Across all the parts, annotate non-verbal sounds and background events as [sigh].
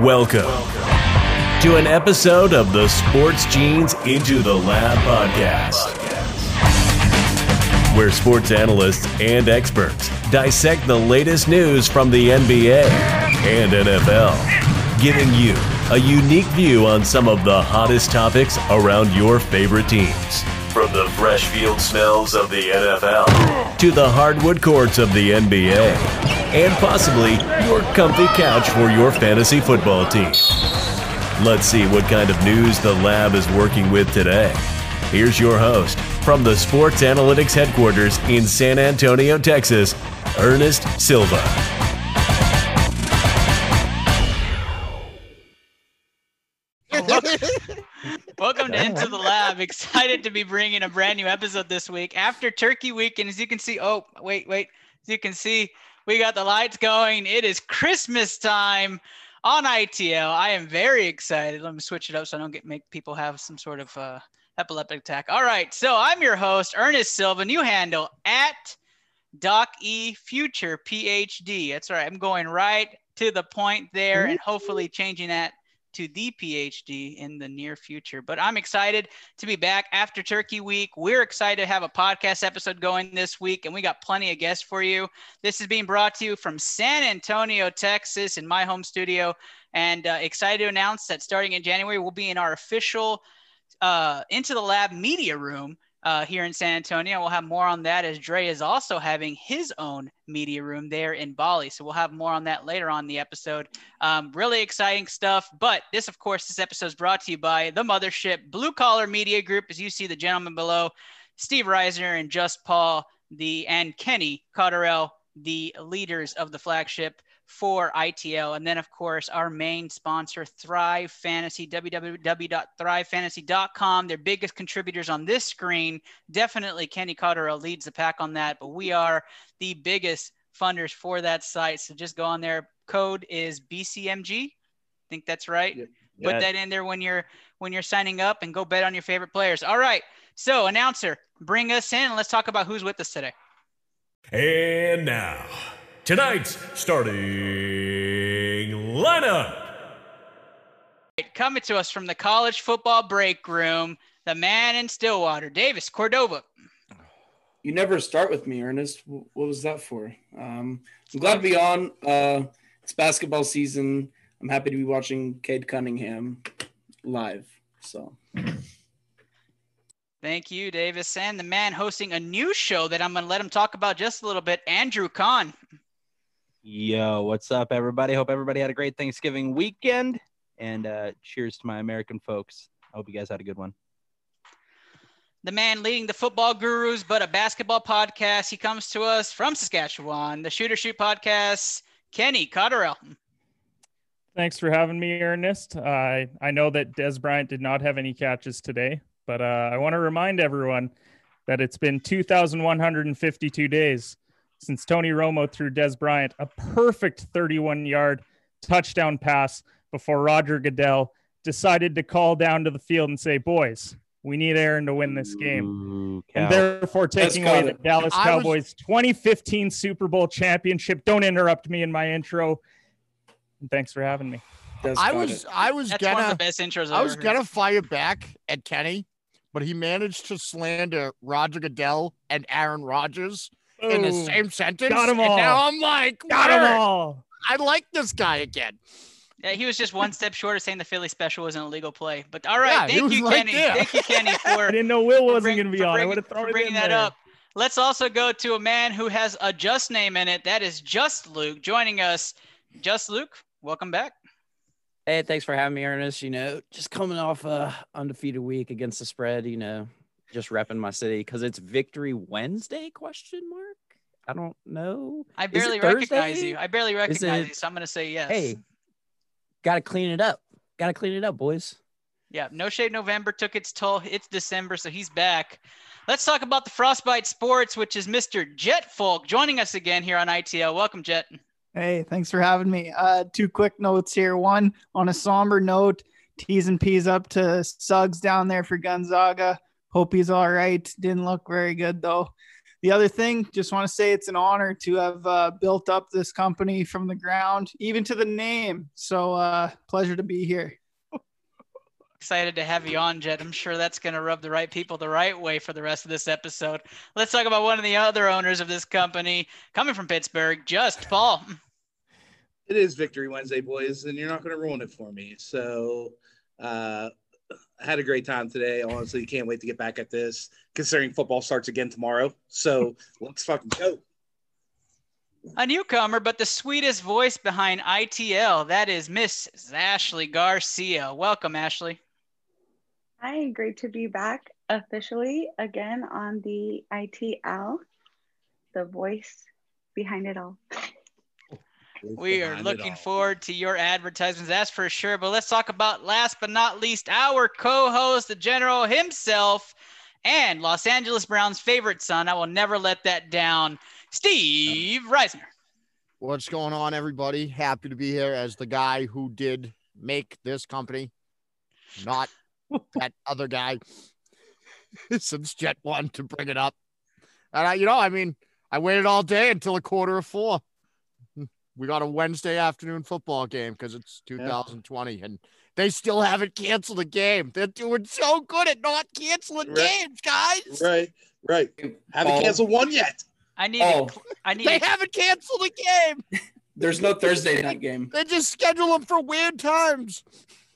Welcome to an episode of the Sports Genes Into the Lab podcast, where sports analysts and experts dissect the latest news from the NBA and NFL, giving you a unique view on some of the hottest topics around your favorite teams. From the fresh field smells of the NFL to the hardwood courts of the NBA, and possibly your comfy couch for your fantasy football team. Let's see what kind of news the lab is working with today. Here's your host from the Sports Analytics headquarters in San Antonio, Texas, Ernest Silva. Welcome to Into the Lab. Excited to be bringing a brand new episode this week after Turkey Week. And as you can see, oh, wait, wait. As you can see, we got the lights going. It is Christmas time on ITL. I am very excited. Let me switch it up so I don't get make people have some sort of uh, epileptic attack. All right. So I'm your host, Ernest Silva. New handle at Doc E Future PhD. That's right. I'm going right to the point there and hopefully changing that to the PhD in the near future. But I'm excited to be back after Turkey Week. We're excited to have a podcast episode going this week, and we got plenty of guests for you. This is being brought to you from San Antonio, Texas, in my home studio, and uh, excited to announce that starting in January, we'll be in our official uh, Into the Lab media room. Uh, here in San Antonio. We'll have more on that as Dre is also having his own media room there in Bali. So we'll have more on that later on in the episode. Um, really exciting stuff. But this, of course, this episode is brought to you by the Mothership Blue Collar Media Group, as you see the gentleman below, Steve Reisner and Just Paul, the and Kenny Cotterell, the leaders of the flagship for ITL. And then, of course, our main sponsor, Thrive Fantasy, www.thrivefantasy.com. Their biggest contributors on this screen. Definitely Kenny Cotterell leads the pack on that, but we are the biggest funders for that site. So just go on there. Code is BCMG. think that's right. Put that in there when you're when you're signing up and go bet on your favorite players. All right. So announcer, bring us in. and Let's talk about who's with us today. And now, tonight's starting lineup. Coming to us from the college football break room, the man in Stillwater, Davis Cordova. You never start with me, Ernest. W- What was that for? Um, I'm glad to be on. Uh, it's basketball season. I'm happy to be watching Cade Cunningham live. So Thank you, Davis. And the man hosting a new show that I'm going to let him talk about just a little bit, Andrew Kahn. Yo, what's up, everybody? Hope everybody had a great Thanksgiving weekend. And uh, cheers to my American folks. I hope you guys had a good one. The man leading the football gurus, but a basketball podcast. He comes to us from Saskatchewan, the Shooter Shoot podcast, Kenny Cotterell. Thanks for having me, Ernest. I I know that Des Bryant did not have any catches today, but uh, I want to remind everyone that it's been 2,152 days since Tony Romo threw Des Bryant a perfect 31 yard touchdown pass before Roger Goodell decided to call down to the field and say, Boys, we need Aaron to win this game Ooh, cow. and therefore taking got away the it. Dallas I was- Cowboys 2015 Super Bowl championship. Don't interrupt me in my intro. And thanks for having me. Des I got was it. I was That's one of the gonna best intros I've I was ever heard. gonna fire back at Kenny, but he managed to slander Roger Goodell and Aaron Rodgers in the Boom. same sentence. And 'em now all. I'm like, Got 'em "Word, all. I like this guy again. Yeah, he was just one step short of saying the Philly special was an illegal play. But all Yeah, right, he thank was you, right Kenny. there. Thank [laughs] you, Kenny, for I didn't know Will wasn't bring- going to be for on. I bringing- would have for thrown it bringing in that there. up. Let's also go to a man who has a just name in it. That is Just Luke joining us. Just Luke, welcome back. Hey, thanks for having me, Ernest. You know, just coming off a undefeated week against the spread. You know, just repping my city because it's Victory Wednesday? Question mark. I don't know. I it barely recognize Thursday? you. I barely recognize it- you, so I'm gonna say yes. Hey, gotta clean it up. Gotta clean it up, boys. Yeah, No Shade November took its toll. It's December, so he's back. Let's talk about the Frostbite Sports, which is Mr. Jet Folk joining us again here on ITL. Welcome, Jet. Hey, thanks for having me. Uh, two quick notes here. One, on a somber note, T's and P's up to Suggs down there for Gonzaga. Hope he's all right. Didn't look very good though. The other thing, just want to say it's an honor to have uh, built up this company from the ground, even to the name. So, uh, pleasure to be here. Excited to have you on, Jed. I'm sure that's going to rub the right people the right way for the rest of this episode. Let's talk about one of the other owners of this company coming from Pittsburgh, Just Paul. It is Victory Wednesday, boys, and you're not going to ruin it for me. So, uh, I had a great time today. Honestly, can't wait to get back at this. Considering football starts again tomorrow, so let's fucking go. A newcomer, but the sweetest voice behind ITL. That is Miss Ashley Garcia. Welcome, Ashley. Hi, great to be back officially again on the ITL, the voice behind it all. We are looking forward to your advertisements, that's for sure. But let's talk about last but not least, our co host, the general himself, and Los Angeles Browns' favorite son. I will never let that down, Steve Reisner. What's going on, everybody? Happy to be here as the guy who did make this company, [laughs] not that other guy [laughs] since Jet One to bring it up. And I, you know, I mean, I waited all day until a quarter of four we got a Wednesday afternoon football game because it's 2020 and they still haven't canceled a game. They're doing so good at not canceling Right. games, guys. Right, right. Haven't Paul, canceled one Oh. yet. I need, Paul, to, cl- I need, Oh. They to, haven't canceled a game. there's no Thursday night game. They just schedule them for weird times.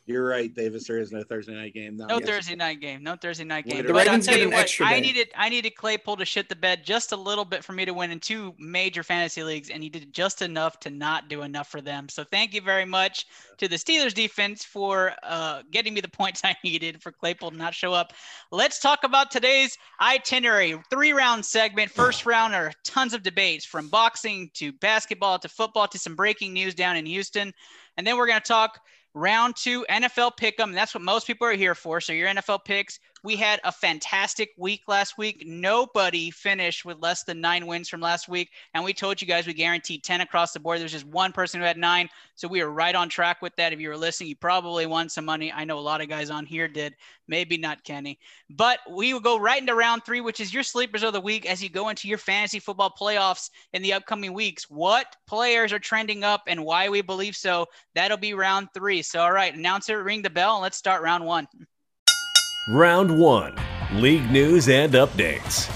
You're right, Davis. There is no Thursday night game. No, no yes. Thursday night game, no Thursday night game. The but I'll Ravens tell get you an what, extra I day. needed, I needed Claypool to shit the bed just a little bit for me to win in two major fantasy leagues, and he did just enough to not do enough for them. So thank you very much to the Steelers defense for uh, getting me the points [laughs] I needed for Claypool to not show up. Let's talk about today's itinerary. Three round segment. First round are tons of debates from boxing to basketball to football to some breaking news down in Houston. And then we're going to talk round two NFL pick 'em. That's what most people are here for. So your NFL picks. We had a fantastic week last week. Nobody finished with less than nine wins from last week. And we told you guys we guaranteed 10 across the board. There's just one person who had nine. So we are right on track with that. If you were listening, you probably won some money. I know a lot of guys on here did. Maybe not Kenny. But we will go right into round three, which is your sleepers of the week as you go into your fantasy football playoffs in the upcoming weeks. What players are trending up and why we believe so? That'll be round three. So, all right, announcer, ring the bell and let's start round one. Round one League news and updates.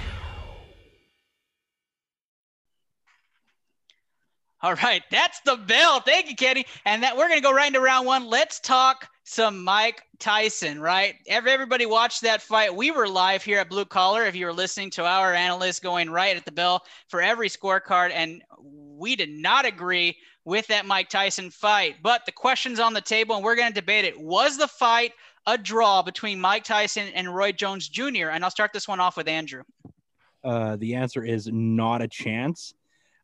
[laughs] All right, that's the bell. Thank you, Kenny. And that we're gonna go right into round one. Let's talk some Mike Tyson, right? Ev- Everybody watched that fight. We were live here at Blue Collar. If you were listening to our analyst going right at the bell for every scorecard, and we did not agree with that Mike Tyson fight. But the question's on the table, and we're gonna debate it. Was the fight a draw between Mike Tyson and Roy Jones Jr.? And I'll start this one off with Andrew. Uh, the answer is not a chance.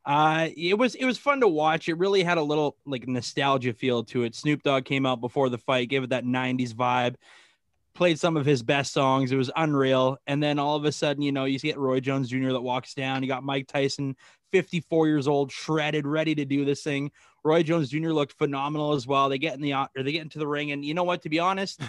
Uh, it was it was fun to watch. It really had a little like nostalgia feel to it. Snoop Dogg came out before the fight, gave it that '90s vibe, played some of his best songs. It was unreal. And then all of a sudden, you know, you get Roy Jones Jr. that walks down. You got Mike Tyson, 54 years old, shredded, ready to do this thing. Roy Jones Jr. looked phenomenal as well. They get in the or they get into the ring, and you know what? To be honest,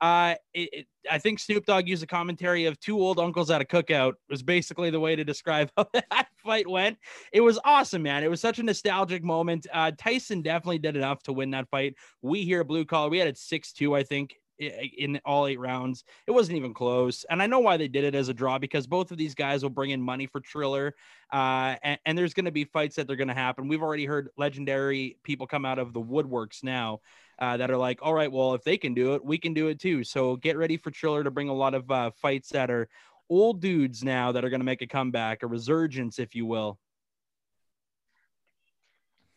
uh, it, it, I think Snoop Dogg used a commentary of two old uncles at a cookout was basically the way to describe [laughs] how that fight went. It was awesome, man. It was such a nostalgic moment. Uh, Tyson definitely did enough to win that fight. We here at Blue Collar, we had it 6-2, I think, i- i- in all eight rounds. It wasn't even close. And I know why they did it as a draw because both of these guys will bring in money for Triller. Uh, and, and there's going to be fights that they're going to happen. We've already heard legendary people come out of the woodworks now uh, that are like, all right, well, if they can do it, we can do it too. So get ready for Triller to bring a lot of uh, fights that are old dudes now that are going to make a comeback, a resurgence, if you will.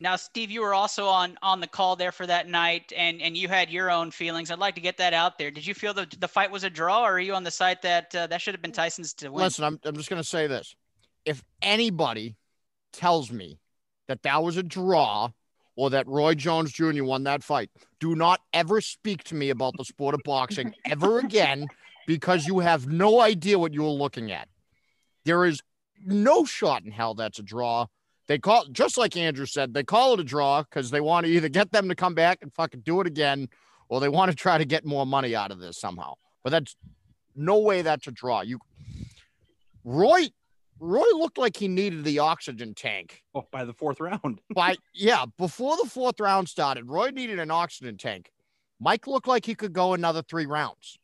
Now, Steve, you were also on on the call there for that night, and and you had your own feelings. I'd like to get that out there. Did you feel that the fight was a draw, or are you on the side that uh, that should have been Tyson's to win? Listen, I'm, I'm just going to say this. If anybody tells me that that was a draw or that Roy Jones Jr. won that fight, do not ever speak to me about the sport of boxing ever again because you have no idea what you're looking at. There is no shot in hell that's a draw. They call just like Andrew said, they call it a draw because they want to either get them to come back and fucking do it again, or they want to try to get more money out of this somehow. But that's no way that's a draw. You Roy Roy looked like he needed the oxygen tank. Oh, by the fourth round. [laughs] By yeah, before the fourth round started, Roy needed an oxygen tank. Mike looked like he could go another three rounds.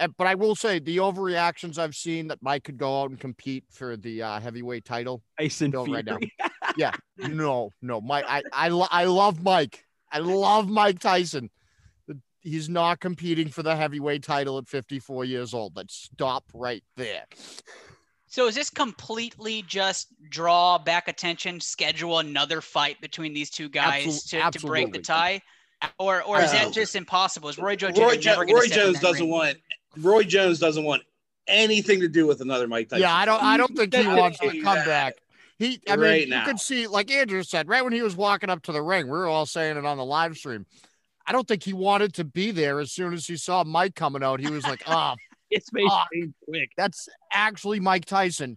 And- but I will say the overreactions I've seen that Mike could go out and compete for the uh, heavyweight title. Tyson Don't Fury. [laughs] right No, no, Mike. I I, lo- I love Mike. I love Mike Tyson. He's not competing for the heavyweight title at 54 years old. Let's stop right there. So is this completely just draw back attention, schedule another fight between these two guys Absol- to, to break the absolutely. tie? Or or is Oh. that just impossible? Is Roy Jones Roy, never jo- gonna Roy step in Jones that doesn't ring? want Roy Jones doesn't want anything to do with another Mike Tyson. Yeah, I don't. I don't think he That- wants that- to come back. He, I mean, Right you now. could see, like Andrew said, right when he was walking up to the ring, we were all saying it on the live stream. I don't think he wanted to be there. As soon as he saw Mike coming out, he was like, "Ah, It's made Fuck. quick. that's actually Mike Tyson."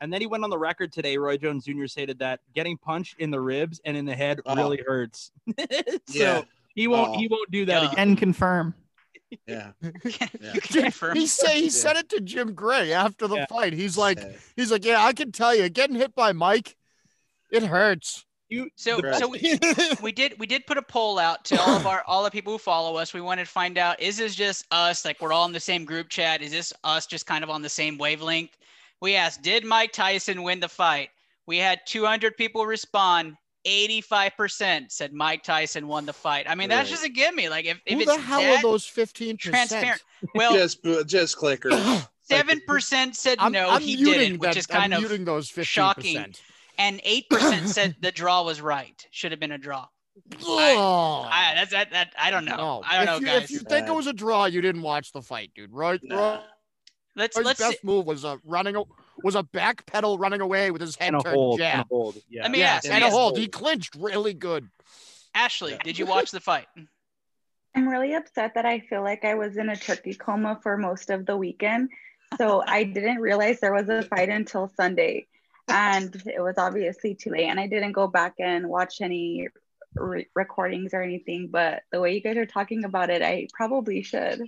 And then he went on the record today. Roy Jones Jr. stated that getting punched in the ribs and in the head Oh. really hurts. [laughs] so Yeah, he won't Oh. he won't do that Yeah. again. and confirm. yeah. Yeah. You can [laughs] confirm. He say he Yeah. said it to Jim Gray after the Yeah. fight. He's like, he's like, "Yeah, I can tell you, getting hit by Mike, it hurts." So Right. so we, we did we did put a poll out to all of our all the people who follow us. We wanted to find out is this just us like we're all in the same group chat? Is this us just kind of on the same wavelength? We asked, did Mike Tyson win the fight? We had 200 people respond. 85% said Mike Tyson won the fight. I mean, that's Right. just a gimme. Like if, if Who it's the hell that are those fifteen percent? transparent. Well, just just clicker. [clears throat] seven percent said I'm, no, I'm he muting didn't, that, which is kind I'm of muting those fifteen shocking. percent. and eight percent said the draw was right. Should have been a draw. I, that's that, that I don't know. I don't if know, you, guys. If you think it Uh, was a draw, you didn't watch the fight, dude. Roy, Nah. let's Roy's let's best move was a running a, was a back pedal running away with his head And a turned hold. And jab. a hold. Yeah. let me yeah, ask. and let and me a ask. hold. He clinched really good. Ashley, Yeah. did you watch the fight? I'm really upset that I feel like I was in a turkey coma for most of the weekend. So I didn't realize there was a fight until Sunday. And it was obviously too late. And I didn't go back and watch any re- recordings or anything. But the way you guys are talking about it, I probably should.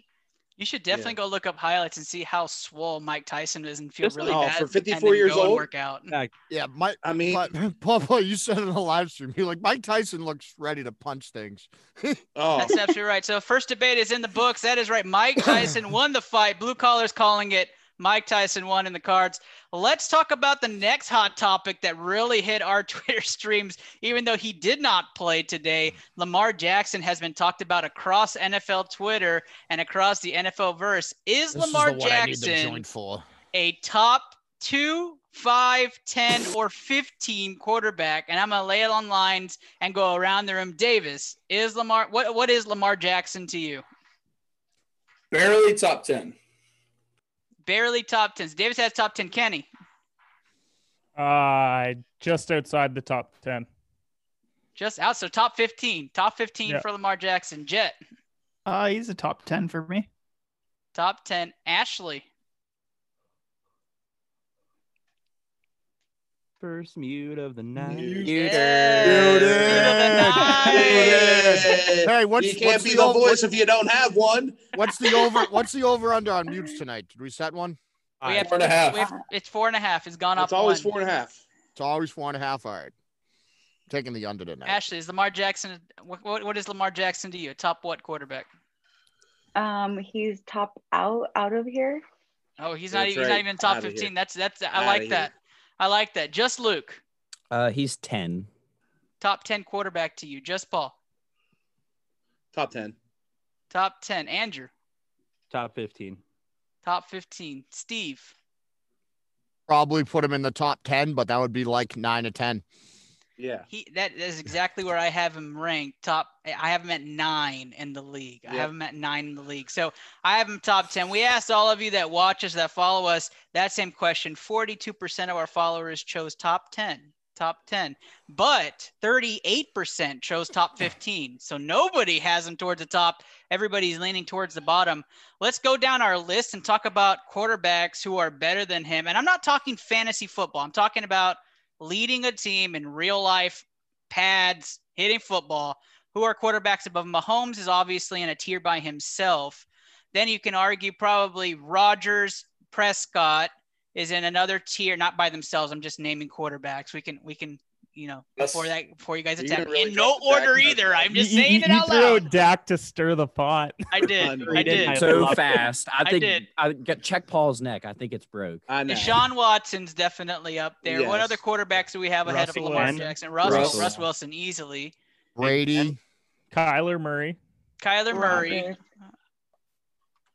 You should definitely go look up highlights and see how swole Mike Tyson is and feel Just- really oh, bad. for and 54 then years go and old? work out. Yeah, Mike. I mean, But [laughs] Paul, Paul, you said it on the live stream. You're like Mike Tyson looks ready to punch things. [laughs] oh, That's absolutely right. So first debate is in the books. That is right. Mike Tyson won the fight. Blue collars calling it. Mike Tyson won in the cards. Let's talk about the next hot topic that really hit our [laughs] Twitter streams, even though he did not play today. Lamar Jackson has been talked about across NFL Twitter and across the NFL verse. Is Lamar Jackson for. a top two, five, 10, or 15 quarterback? And I'm going to lay it on lines and go around the room. Davis, is Lamar, what, what is Lamar Jackson to you? Barely top 10. Barely top 10s. Davis has top 10. Kenny, Uh, just outside the top 10. just out. So top 15, top 15 Yeah. for Lamar Jackson. Jet, Uh, he's a top ten for me. top 10. Ashley, First mute of the night. Mute. Yes. Muted. Middle of the night. [laughs] Hey, what's you can't what's be the, the over, voice if you don't have one. what's the [laughs] over what's the over under on mutes tonight? Did we set one? We have, Four and a half. we have- it's four and a half. It's gone It's up. always one. four and a half. It's always four and a half. All right, taking the under tonight. Ashley, is Lamar Jackson, what, what, what is Lamar Jackson to you? A Top what quarterback? Um, he's top out out of here. Oh, he's not. That's He's not right. even top Outta here. fifteen. That's that's. I Outta like here. that. I like that. Just Luke, Uh, he's ten. top ten quarterback to you. Just Paul, Top ten. top ten. Andrew, Top 15. top fifteen. Steve, Probably put him in the top ten, but that would be like nine or ten. Yeah. he that is exactly where I have him ranked. Top. I have him at nine in the league. I Yep. have him at nine in the league. So I have him top ten. We asked all of you that watch us, that follow us, that same question. Forty-two percent of our followers chose top ten. Top 10, but 38% chose top 15. So nobody has him towards the top. everybody's leaning towards the bottom. Let's go down our list and talk about quarterbacks who are better than him. And I'm not talking fantasy football. I'm talking about leading a team in real life pads, hitting football. Who are quarterbacks above him? Mahomes is obviously in a tier by himself. Then you can argue probably Rodgers, Prescott is in another tier, not by themselves. I'm just naming quarterbacks. We can we can you know Yes. before that before you guys You're attack gonna me really in no drop the Dak order now. either. I'm just You- you- saying it you out threw loud. out Dak to stir the pot. I did. I Unreal. did. so I- fast. I I think did. I got check Paul's neck. I think it's broke. I know. Deshaun Watson's definitely up there. What Yes. other quarterbacks do we have ahead Russell of Lamar Wilson. Jackson? Russell, Russell. Russ Wilson easily. [laughs] Brady. Kyler Murray. Kyler Murray. Rodgers.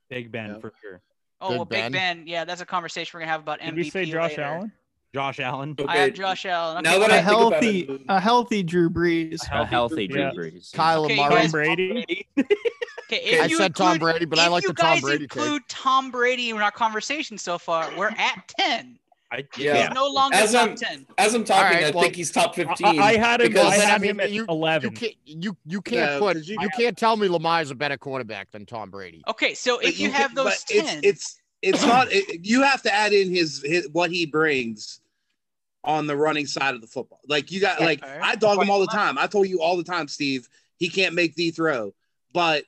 Big Ben Yep. for sure. Oh, Big well, Big Ben. Ben. Yeah, that's a conversation we're gonna have about Did MVP. we say Josh later. Allen? Josh Allen. Okay. I have Josh Allen. Now that a I think about healthy, it, a healthy Drew Brees. A healthy Drew Yeah. Brees. Kyler Okay, you Murray. guys- Tom Brady. [laughs] Okay, if I you said Tom include- Brady, but I if like you the Tom guys Brady take. include Tom Brady in our conversation so far, we're at ten. I, Yeah. He's no longer As top I'm- ten. as I'm talking, All right, I well, think he's top I, 15. I had him. because- I had I mean, him at you- You eleven. can't you you can't No, put 'cause you- you, can't tell me Lamar is a better quarterback than Tom Brady. Okay, so But if you can- have those but it's- ten, It's it's not. It, you have to add in his, his what he brings on the running side of the football. Like you got like Okay. I dog him all the time. I told you all the time, Steve. He can't make the throw, but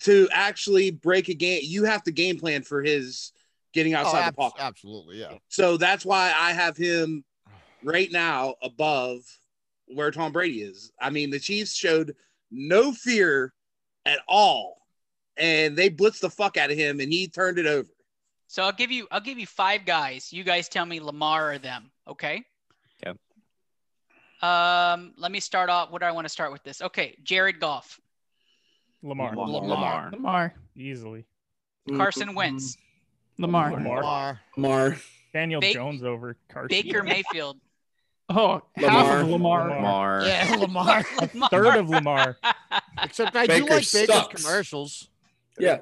to actually break a game, you have to game plan for his getting Oh, outside ab- the pocket. absolutely, yeah. So that's why I have him right now above where Tom Brady is. I mean, the Chiefs showed no fear at all, and they blitzed the fuck out of him, and he turned it over. so I'll give you I'll give you five guys. You guys tell me Lamar or them. Okay. Okay. Um, let me start off. What do I want to start with this? Okay, Jared Goff, Lamar. Lamar. Lamar. Lamar, easily. Carson Wentz, Lamar, Lamar. Mm-hmm. Lamar. Lamar. Daniel Ba- Jones over Carson. Baker Mayfield, Oh, Lamar. half of Lamar. Lamar. Yeah, [laughs] Lamar. Lamar. Third of Lamar. Except I do Baker like Baker's sucks. commercials. Yeah.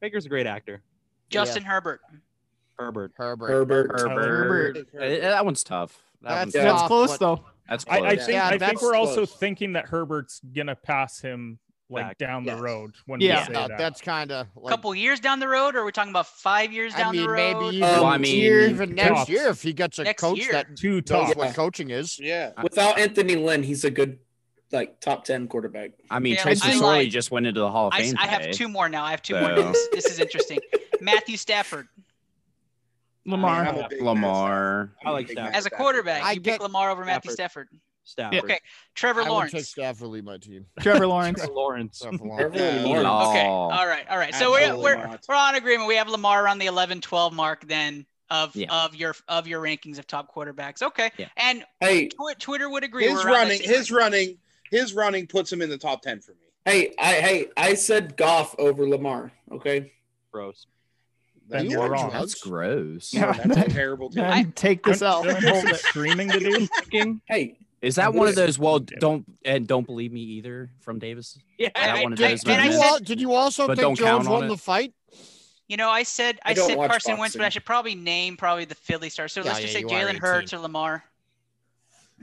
Baker's a great actor. Justin Herbert. Herbert. Herbert. Herbert. Herbert. Herbert. Uh, That one's tough. That That's one's Yeah. tough. That's tough, close but- though. That's I, close. I think Yeah, I think that's we're also close. thinking that Herbert's gonna pass him like Back. down the Yes. road when Yeah. we say No, that. that's kind of like. couple years down the road, or are we talking about five years I down mean, the maybe road? even, well, I Um, mean, Even even next tops. year if he gets a Next coach year. that two knows top. what coaching is. Yeah. Without Anthony Lynn, he's a good like top 10 quarterback. I mean, Yeah, Trace I McSorley lied. just went into the Hall of I, Fame. I have today. two more now. I have two more. [laughs] So- This, this is [laughs] interesting. Matthew Stafford Lamar. I'm a big Lamar. Matt Stafford. I like Big Stafford. Matt as a quarterback. I you pick get- Lamar over Matthew Stafford. Stafford. Okay, Trevor I would take Lawrence. Stafford lead my team. Trevor Lawrence. Trevor Lawrence. Stafford Lamar. Trevor Yeah. Lawrence. Law. Okay. Oh. All right. All right. So we're, Absolutely we're not. we're on agreement. We have Lamar around the 11, 12 mark then of Yeah. of your of your rankings of top quarterbacks. Okay. Yeah. And Hey, Twi- Twitter would agree. His We're around that running, same his range. running, his running puts him in the top ten for me. hey, I hey, I said Goff over Lamar, okay? Gross. Then You you're are wrong. That's drugs. gross. Yeah. That's a terrible [laughs] team. Then take this out. Don't- don't some streaming to [laughs] do. Hey, Is that one of those? Well, Damn it. don't and don't believe me either from Davis. Yeah. Is that I- one of I- those? and Did I you, moments? said- all, did you also But think don't count Jones on won it. the fight? You know, I said I, I don't said watch Carson Wentz, but I boxing. should probably name probably the Philly star. So Yeah, let's yeah, just say you are Jalen 18. Hurts or Lamar.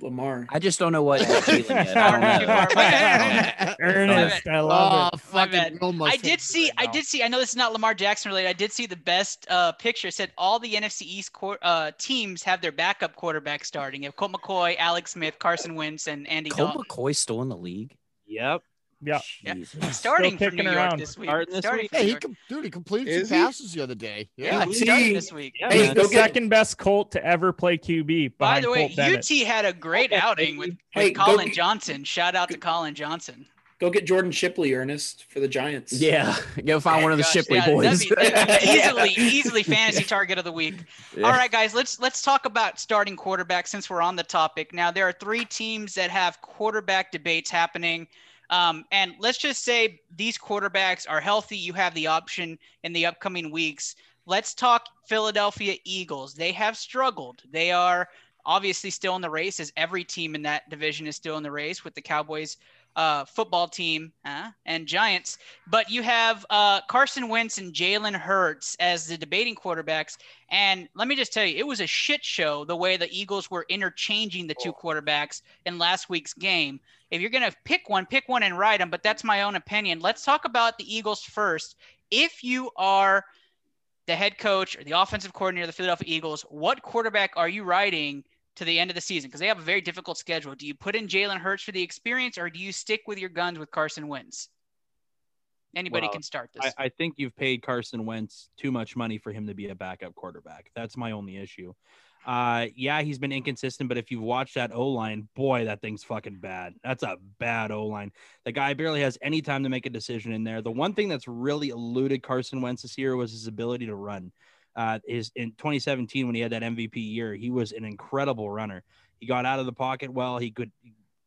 Lamar. I just don't know what that feeling is. I don't know. Too [laughs] far I don't know. Ernest, I love oh, it. bad. fucking almost I did see. I did see. I know this is not Lamar Jackson related. I did see the best uh, picture. It said all the NFC East quar- uh, teams have their backup quarterback starting. If Colt McCoy, Alex Smith, Carson Wentz, and Andy Colt Dalton McCoy still in the league. Yep. Yeah. Yeah. Jesus. starting for kicking New York around. this week. Starting this week? for Hey, New he York. com- dude, he completed Is two he? passes the other day. Yeah. He See? started this week. Yeah, Hey, man. go The get- second best Colt to ever play QB behind By the way, Colt Bennett. UT had a great outing with, Hey, with go Colin get- Johnson. Shout out to Colin Johnson. Go get Jordan Shipley, Ernest, for the Giants. Yeah, go find one of the Gosh, Shipley yeah, that'd boys. [laughs] be- [laughs] that'd be Yeah. easily, easily fantasy target of the week. All right, guys, let's let's talk about starting quarterback since we're on the topic. Now there are three teams that have quarterback debates happening. Um, and let's just say these quarterbacks are healthy. You have the option in the upcoming weeks. Let's talk Philadelphia Eagles. They have struggled. They are obviously still in the race, as every team in that division is still in the race with the Cowboys uh, football team uh, and Giants. But you have uh, Carson Wentz and Jalen Hurts as the debating quarterbacks. And let me just tell you, it was a shit show the way the Eagles were interchanging the two quarterbacks in last week's game. If you're going to pick one, pick one and ride them, but that's my own opinion. Let's talk about the Eagles first. If you are the head coach or the offensive coordinator of the Philadelphia Eagles, what quarterback are you riding to the end of the season? Because they have a very difficult schedule. Do you put in Jalen Hurts for the experience or do you stick with your guns with Carson Wentz? Anybody Well, can start this. I, I think you've paid Carson Wentz too much money for him to be a backup quarterback. That's my only issue. Uh, yeah, he's been inconsistent, but if you've watched that O line, boy, that thing's fucking bad. That's a bad O line. The guy barely has any time to make a decision in there. The one thing that's really eluded Carson Wentz this year was his ability to run. Uh, is in 2017 when he had that MVP year, he was an incredible runner. He got out of the pocket well. He could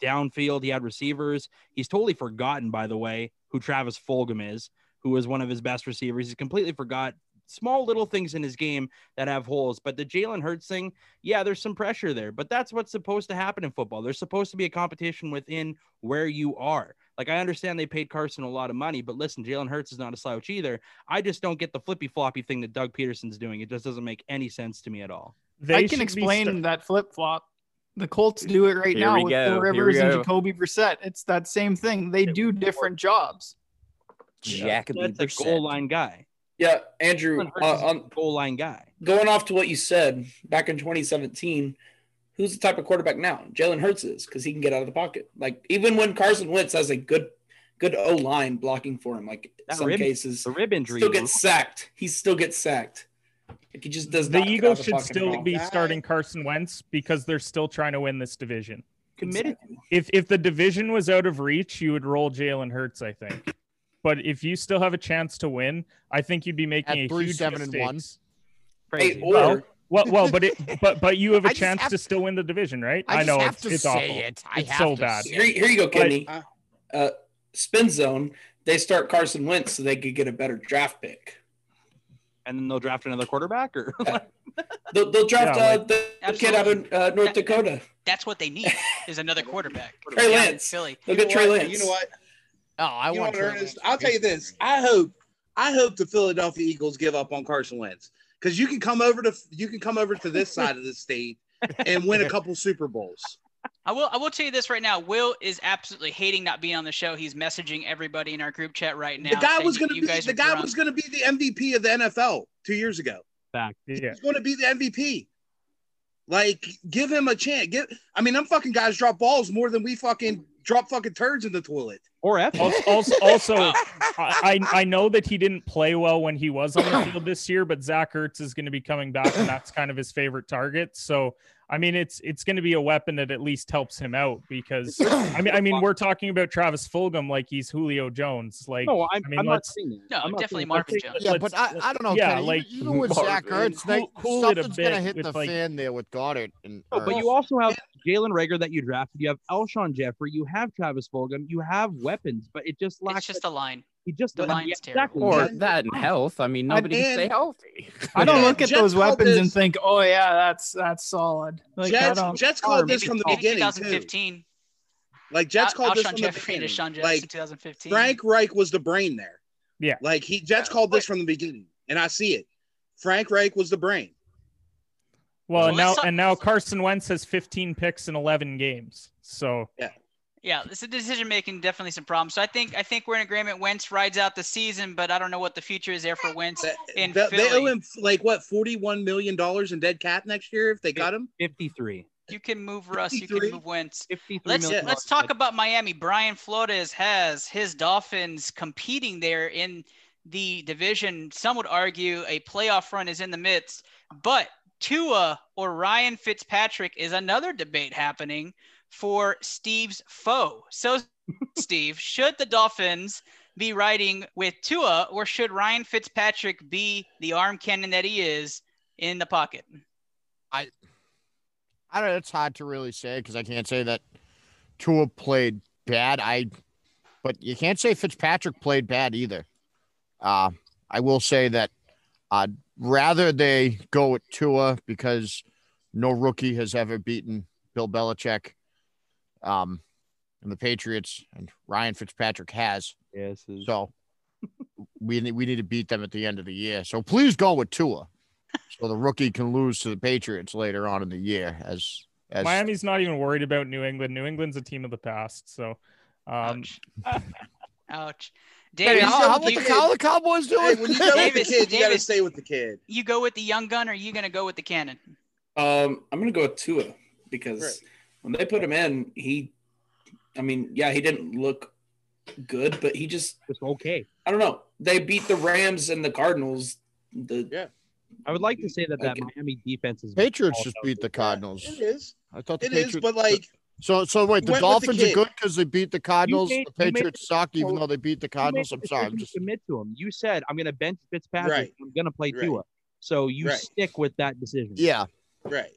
downfield. He had receivers. He's totally forgotten, by the way, who Travis Fulgham is who was one of his best receivers. He's completely forgot small little things in his game that have holes. But the Jalen Hurts thing, yeah, there's some pressure there, but that's what's supposed to happen in football. There's supposed to be a competition within where you are. Like I understand they paid Carson a lot of money, but listen, Jalen Hurts is not a slouch either. I just don't get the flippy floppy thing that Doug Peterson's doing. It just doesn't make any sense to me at all. They I should can be explain start- that flip flop. The Colts do it right Here now we with go, Phil here we Rivers and go. Jacoby Brissett. It's that same thing. They do different jobs. Jacoby That's a goal line guy. Yeah, Andrew, Jalen Hurts uh, is on, a goal line guy. going off to what you said back in 2017, who's the type of quarterback now? Jalen Hurts is because he can get out of the pocket. Like even when Carson Wentz has a good, good O line blocking for him, like in That some rib- cases The rib injury. still gets sacked. He still gets sacked. Like he just does. the not get out Eagles of should pocket at still all. be starting Carson Wentz because they're still trying to win this division. committed. If if the division was out of reach, you would roll Jalen Hurts, I think. But if you still have a chance to win, I think you'd be making At a three, huge seven, and mistake. one? Hey, Crazy. or Well, well, well, but [laughs] it, but but you have I a just chance have to to- still win the division, right? I, I, just know have it's, to it's say awful. it. I It's have so to bad. say here, it. here you go, But- Kenny. uh, spin zone. They start Carson Wentz so they could get a better draft pick. and then they'll draft another quarterback or [laughs] They'll, they'll draft Yeah, like- uh, the, the kid out of uh, North Dakota. That's what they need is [laughs] another quarterback. Trey Yeah, Lance. Philly. They'll you get know Trey what? Lance. You know what? Oh, I you want want Trey Ernest? Lance. I'll tell you this. I hope I hope the Philadelphia Eagles give up on Carson Wentz because you can come over to you can come over to [laughs] this side of the state and win a couple Super Bowls. I will. I will tell you this right now. Will is absolutely hating not being on the show. He's messaging everybody in our group chat right now. the guy saying was you- going to you [laughs] be guys the are guy drunk. was going to be the MVP of the NFL two years ago. back. Yeah. He's going to be the MVP. Like, give him a chance. Give. I mean, I'm fucking guys drop balls more than we fucking drop fucking turds in the toilet. Or F. Also, also, also I, I I know that he didn't play well when he was on the field this year, but Zach Ertz is going to be coming back, and that's kind of his favorite target. So, I mean, it's it's going to be a weapon that at least helps him out because I mean, I mean, we're talking about Travis Fulgham like he's Julio Jones, like No, I'm, I mean, I'm not let's- saying that. No, I'm not definitely saying- Marvin I think- Jones. Yeah, Let's- but I, I don't know. yeah, Yeah, Kenny. like, like even with Zach Marvin, Ertz, they, cool- cool it a something's gonna bit hit with, the like- fan there with Goddard and No, but Ertz. you also have Jalen Rager that you drafted. You have Alshon Jeffrey. You have Travis Fulgham. You have weapons, but it just lacks. It's just a line. he just the doesn't- line's yeah, terrible. exactly. Or Yeah. that and health. I mean, nobody can And- stay healthy. I don't Yeah. look at Jets those called weapons and this- think, oh yeah, that's that's solid. Like I Jets, don't. Jets called or this maybe from the Colts. Maybe beginning too. 2015. Like Jets Al- called this Alshon from Jeffrey the and Deshaun beginning. Jackson Like 2015. Frank Reich was the brain there. Yeah. Like he Jets called this from the beginning, and I see it. Frank Reich was the brain. well, and Well, now let's talk- and now Carson Wentz has 15 picks in 11 games, so Yeah, this is decision making definitely some problems. So I think I think we're in agreement. Wentz rides out the season, but I don't know what the future is there for Wentz. That- In that- they owe Philly. him like what 41 million dollars in dead cap next year if they got him. 53. You can move Russ. You can 53. move Wentz. 53 Let's million let's dollars. talk about Miami. Brian Flores has his Dolphins competing there in the division. Some would argue a playoff run is in the midst, but Tua or Ryan Fitzpatrick is another debate happening for Steve's foe. [laughs] So, Steve, should the Dolphins be riding with Tua, or should Ryan Fitzpatrick be the arm cannon that he is in the pocket? I don't. It's hard to really say because I can't say that Tua played bad. I, but you can't say Fitzpatrick played bad either. Uh, I will say that I'd rather they go with Tua because no rookie has ever beaten Bill Belichick, um, and the Patriots, and Ryan Fitzpatrick has. Yes. is- So we need, we need to beat them at the end of the year. So please go with Tua, so the rookie can lose to the Patriots later on in the year. As as Miami's not even worried about New England. New England's a team of the past, so um, Ouch. Ouch. Hey, Davis, how, how about you, the, how the Cowboys Hey, doing? [laughs] when you go with the Davis, kid, you got to Davis. stay with the kid. you go with the young gun or are you going to go with the cannon? Um, I'm gonna go with Tua because Right. when they put him in, he, I mean, yeah, he didn't look good, but he just It's okay. I don't know. They beat the Rams and the Cardinals. The uh, Yeah. I would like to say that that Okay. Miami defense is Patriots all just about beat the Cardinals. It is. I thought the It Patriots. is, but like so so wait, the went with the Dolphins are kid. good because they beat the Cardinals. made- the you made Patriots sucked, even well, though they beat the You made Cardinals. the I'm sorry. I'm decision to just commit to him. You said I'm going to bench Fitzpatrick. Right. I'm going to play Right. Tua. So you Right. stick with that decision. yeah. right.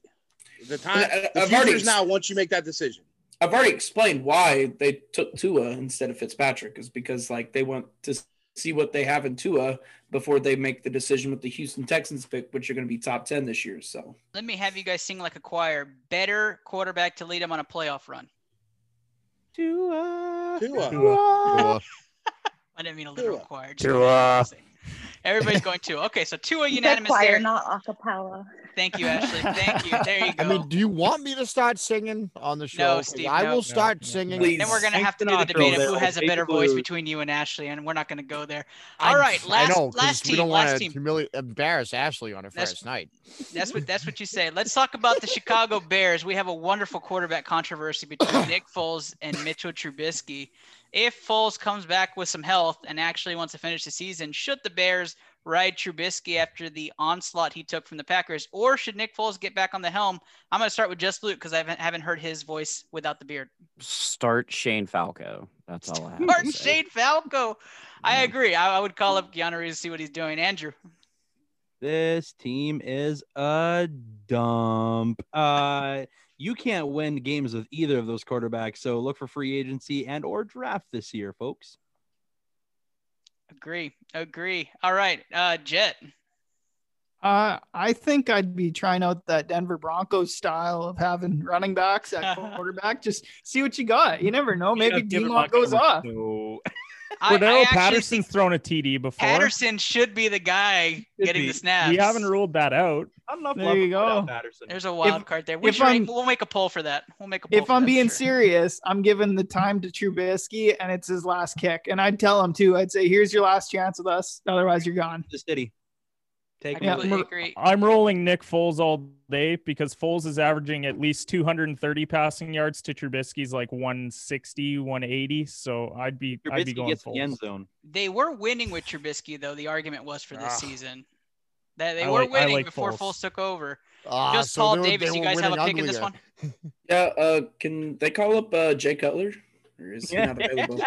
The time I- I- the uh, I've already future's now once you make that decision. I've already explained why they took Tua instead of Fitzpatrick is because like they want to see what they have in Tua before they make the decision with the Houston Texans pick, which are going to be top ten this year. So Let me have you guys sing like a choir. Better quarterback to lead them on a playoff run. Tua. Tua. Sure. I didn't mean a literal Tua. choir. just like- Everybody's going two. Okay, so two are unanimous choir, there. not acapella. Thank [laughs] you, Ashley. Thank you. There you I go. mean, do you want me to start singing on the show? 'Cause Steve, I no. will No, start no, singing. please, then we're gonna Thank have to the do the natural debate of there. who has a Take better the voice blues. between you and Ashley, and we're not gonna go there. I- All right, I last know, 'cause last we team, don't last want to team. humili- embarrass Ashley on her That's- first night. That's what that's what you say. Let's talk about the Chicago Bears. We have a wonderful quarterback controversy [coughs] between Nick Foles and Mitchell Trubisky. If Foles comes back with some health and actually wants to finish the season, should the Bears ride Trubisky after the onslaught he took from the Packers, or should Nick Foles get back on the helm? I'm going to start with Just Luke because I haven't, haven't heard his voice without the beard. Start Shane Falco. That's all I have. to Martin say. Shade Falco. I Yeah. agree. I, I would call up Keanu Reeves to see what he's doing. Andrew, This team is a dump. Uh, you can't win games with either of those quarterbacks. So look for free agency and or draft this year, folks. agree, agree. All right, uh, Jet. Uh, I think I'd be trying out that Denver Broncos style of having running backs [laughs] at quarterback. Just see what you got. You never know. Maybe Demont goes off. [laughs] No. I, I Cordell actually Patterson's think thrown a TD before. Patterson should be the guy Should getting be. the snaps. We haven't ruled that out. I don't know if There love you is without go. Patterson. There's a wild If- card there. We if should, I'm- we'll make a poll for that. We'll make a poll. If for I'm that, being sure. serious, I'm giving the time to Trubisky, and it's his last kick. And I'd tell him too. I'd say, "Here's your last chance with us. Otherwise, you're gone." the city. I Take Yeah, completely we're- agree. I'm rolling Nick Foles all day because Foles is averaging at least 230 passing yards to Trubisky's like 160, 180. So I'd be I'd be Trubisky going gets in the end Foles. zone. They were winning with Trubisky, though. The argument was for this Ah. season that they I were like- I winning like before Foles. Foles took over. Ah, Just so Paul they were- Davis, they you were guys have a winning pick in this uglier. one. yeah, uh, can they call up uh, Jay Cutler? Or is he not available?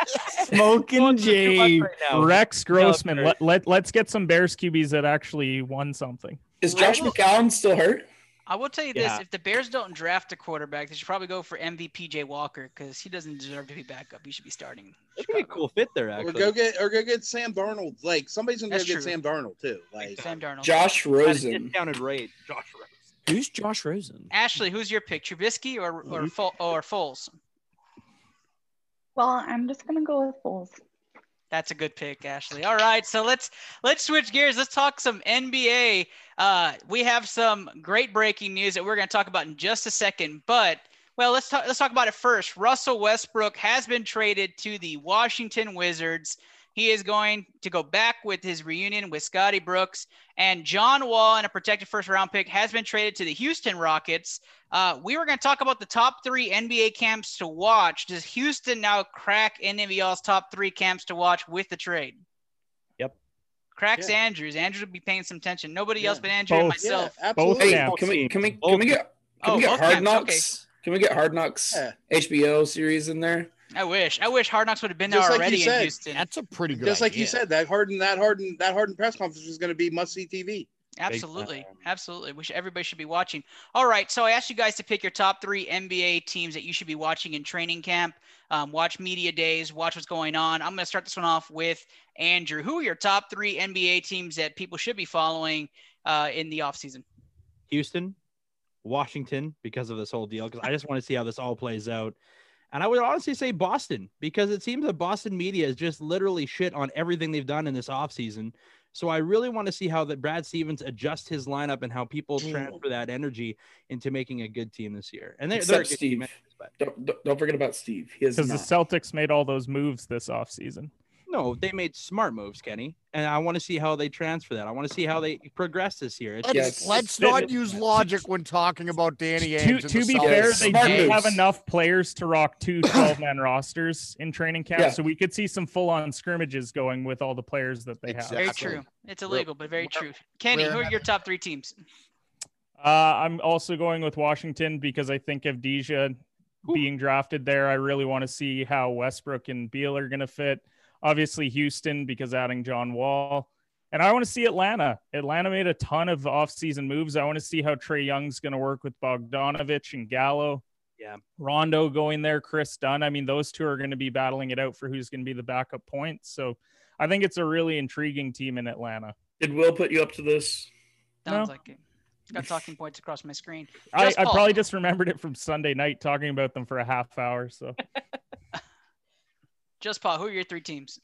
Smoking Jade. Rex Grossman. fair. Let, let, let's get some Bears QBs that actually won something. Is Well, Josh McCown still hurt? I will tell you this: Yeah. if the Bears don't draft a quarterback, they should probably go for MVP Jay Walker because he doesn't deserve to be backup. He should be starting. That'd be a Chicago. cool fit there, Or actually. go get or go get Sam Darnold. Like somebody's gonna That's go true. get Sam Darnold too. Like Sam Darnold. Josh At a Rosen. discounted rate, Josh Rosen. Who's Josh Rosen? Ashley, who's your pick? Trubisky or or Fo- or Foles? Well, I'm just gonna go with Foles. That's a good pick, Ashley. All right, so let's let's switch gears. Let's talk some NBA. Uh, we have some great breaking news that we're going to talk about in just a second. But well, let's talk. Let's talk about it first. Russell Westbrook has been traded to the Washington Wizards. He is going to go back with his reunion with Scotty Brooks and John Wall, and a protected first round pick has been traded to the Houston Rockets. Uh, we were going to talk about the top three NBA camps to watch. Does Houston now crack NBL's top three camps to watch with the trade? Yep. Cracks Yeah. Andrews. Andrews will be paying some attention. Nobody Yeah. else but Andrew and Both. yeah, myself. absolutely. Hey, Both can we can we can teams. we get can Oh, we get both Hard camps, okay. Knocks? Can we get Hard Knocks Yeah. HBO series in there? I wish. I wish Hard Knocks would have been there Just like you already in said, Houston. That's a pretty good. Just like you idea. said, that Harden, that Harden, that Harden press conference is going to be must see TV. Absolutely, absolutely. We should, everybody should be watching. All right, so I asked you guys to pick your top three NBA teams that you should be watching in training camp. Um, watch media days. Watch what's going on. I'm going to start this one off with Andrew. Who are your top three NBA teams that people should be following uh, in the offseason? Houston, Washington, because of this whole deal, because I just want to see how this all plays out. And I would honestly say Boston, because it seems that Boston media is just literally shit on everything they've done in this offseason. So I really want to see how that Brad Stevens adjusts his lineup and how people Mm. transfer that energy into making a good team this year. And they're, they're a Except good Steve. team anyways, but Don't, don't, don't forget about Steve. He has Because the not. Celtics made all those moves this offseason. no, No, they made smart moves, Kenny, and I want to see how they transfer that. I want to see how they progress this year. It's Let's, Yes. let's not use logic when talking about Danny To, Ainge. and to the be Celtics. fair, they Smart do have moves. enough players to rock [clears throat] two 12 man rosters in training camp. Yeah. So we could see some full on scrimmages going with all the players that they have. Exactly. Very Absolutely. true. It's illegal, but very we're- true. Kenny, we're who are your top three teams? Uh, I'm also going with Washington because I think of Deja being drafted there. I really want to see how Westbrook and Beal are going to fit. Obviously, Houston because adding John Wall. And I want to see Atlanta. Atlanta made a ton of offseason moves. I want to see how Trey Young's going to work with Bogdanovich and Gallo. Yeah. Rondo going there, Chris Dunn. I mean, those two are going to be battling it out for who's going to be the backup point. So I think it's a really intriguing team in Atlanta. Did Will put you up to this? Sounds No. like it. Got talking points across my screen. I, Just I Paul. [laughs] probably just remembered it from Sunday night talking about them for a half hour. So Just Paul, who are your three teams?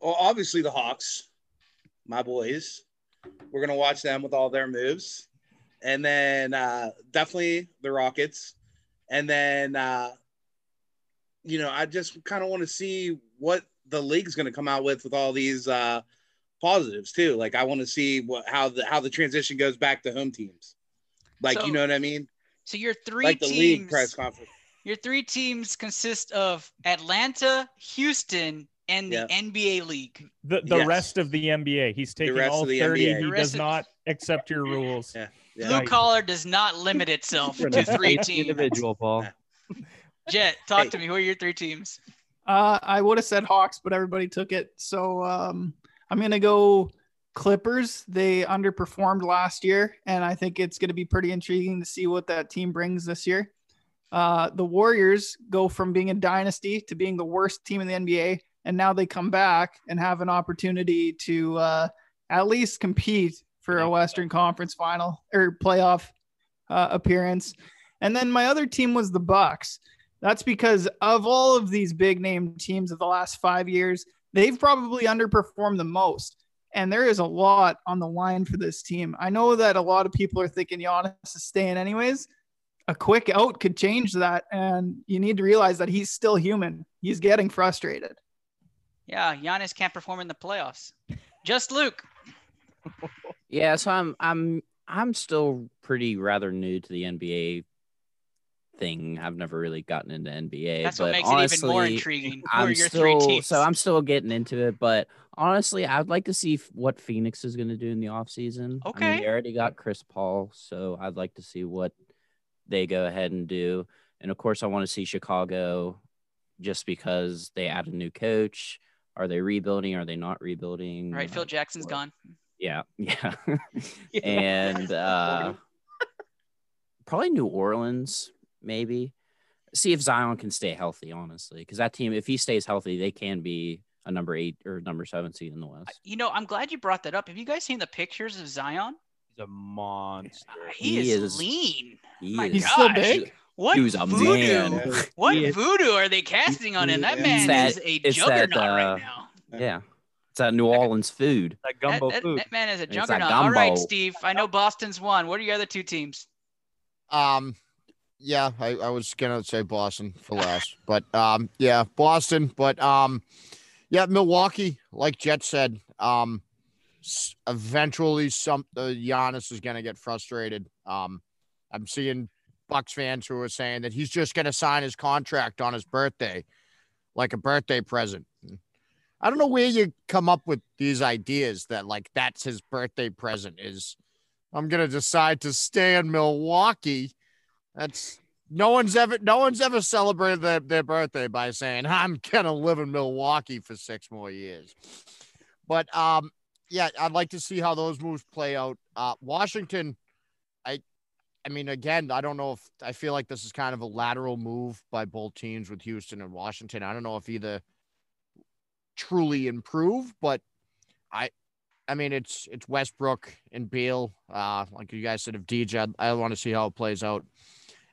Well, obviously the Hawks, my boys. We're gonna watch them with all their moves, and then uh, definitely the Rockets, and then uh, you know I just kind of want to see what the league's gonna come out with with all these uh, positives too. Like I want to see what how the how the transition goes back to home teams. Like So- you know what I mean? So your three Like the league teams. press conference. Your three teams consist of Atlanta, Houston, and the Yeah. NBA League. the, the Yes. rest of the NBA, he's taking rest all of the 30. NBA. He does The rest of- not accept your rules. Yeah. Blue Yeah. Right. collar does not limit itself for to the [laughs] three same teams. individual, Paul. Jet, talk Hey. to me. Who are your three teams? Uh, I would have said Hawks, but everybody took it. So um, I'm going to go Clippers. They underperformed last year, and I think it's going to be pretty intriguing to see what that team brings this year. Uh, the Warriors go from being a dynasty to being the worst team in the NBA, and now they come back and have an opportunity to uh, at least compete for a Western Conference final or playoff uh, appearance. And then my other team was the Bucks. That's because of all of these big name teams of the last five years, they've probably underperformed the most. And there is a lot on the line for this team. I know that a lot of people are thinking Giannis is staying anyways. A quick out could change that. And you need to realize that he's still human. He's getting frustrated. Yeah, Giannis can't perform in the playoffs. Just Luke. Yeah, so I'm I'm I'm still pretty rather new to the NBA thing. I've never really gotten into NBA. That's but what makes honestly, it even more intriguing. Who are I'm your still three teams? so I'm still getting into it, but honestly, I'd like to see f- what Phoenix is going to do in the offseason. I mean, Okay. they already got Chris Paul, so I'd like to see what they go ahead and do. And of course, I want to see Chicago just because they add a new coach. Are they rebuilding? Are they not rebuilding? right, Phil Mm. Like, Jackson's what- gone. yeah, [laughs] yeah. [laughs] and uh probably New Orleans, maybe. See if Zion can stay healthy, honestly. Because that team, if he stays healthy, they can be a number eight or number seven seed in the West. You know, I'm glad you brought that up. Have you guys seen the pictures of Zion? He's a monster. He, He is, is- lean. He My is He's so gosh. big. What he was a voodoo? man. What He is- voodoo are they casting on him? That Yeah. man It's is a it's that, juggernaut right uh, now. Yeah. It's that New Orleans food. That That, gumbo that- food. that man is a It's a juggernaut. All right, gumbo. Steve. I know Boston's won. What are your other two teams? Um, yeah, I, I was gonna say Boston for last, [laughs] but um, yeah, Boston, but um, yeah, Milwaukee, like Jet said, um, s- eventually some uh, Giannis is gonna get frustrated. Um, I'm seeing Bucks fans who are saying that he's just gonna sign his contract on his birthday, like a birthday present. I don't know where you come up with these ideas that like that's his birthday present is. I'm gonna decide to stay in Milwaukee. That's no one's ever no one's ever celebrated their, their birthday by saying I'm gonna live in Milwaukee for six more years. But um, yeah, I'd like to see how those moves play out. Uh, Washington, I, I mean, again, I don't know if I feel like this is kind of a lateral move by both teams with Houston and Washington. I don't know if either truly improve, but I, I mean, it's it's Westbrook and Beal. Uh, like you guys said, of DJ, I want to see how it plays out.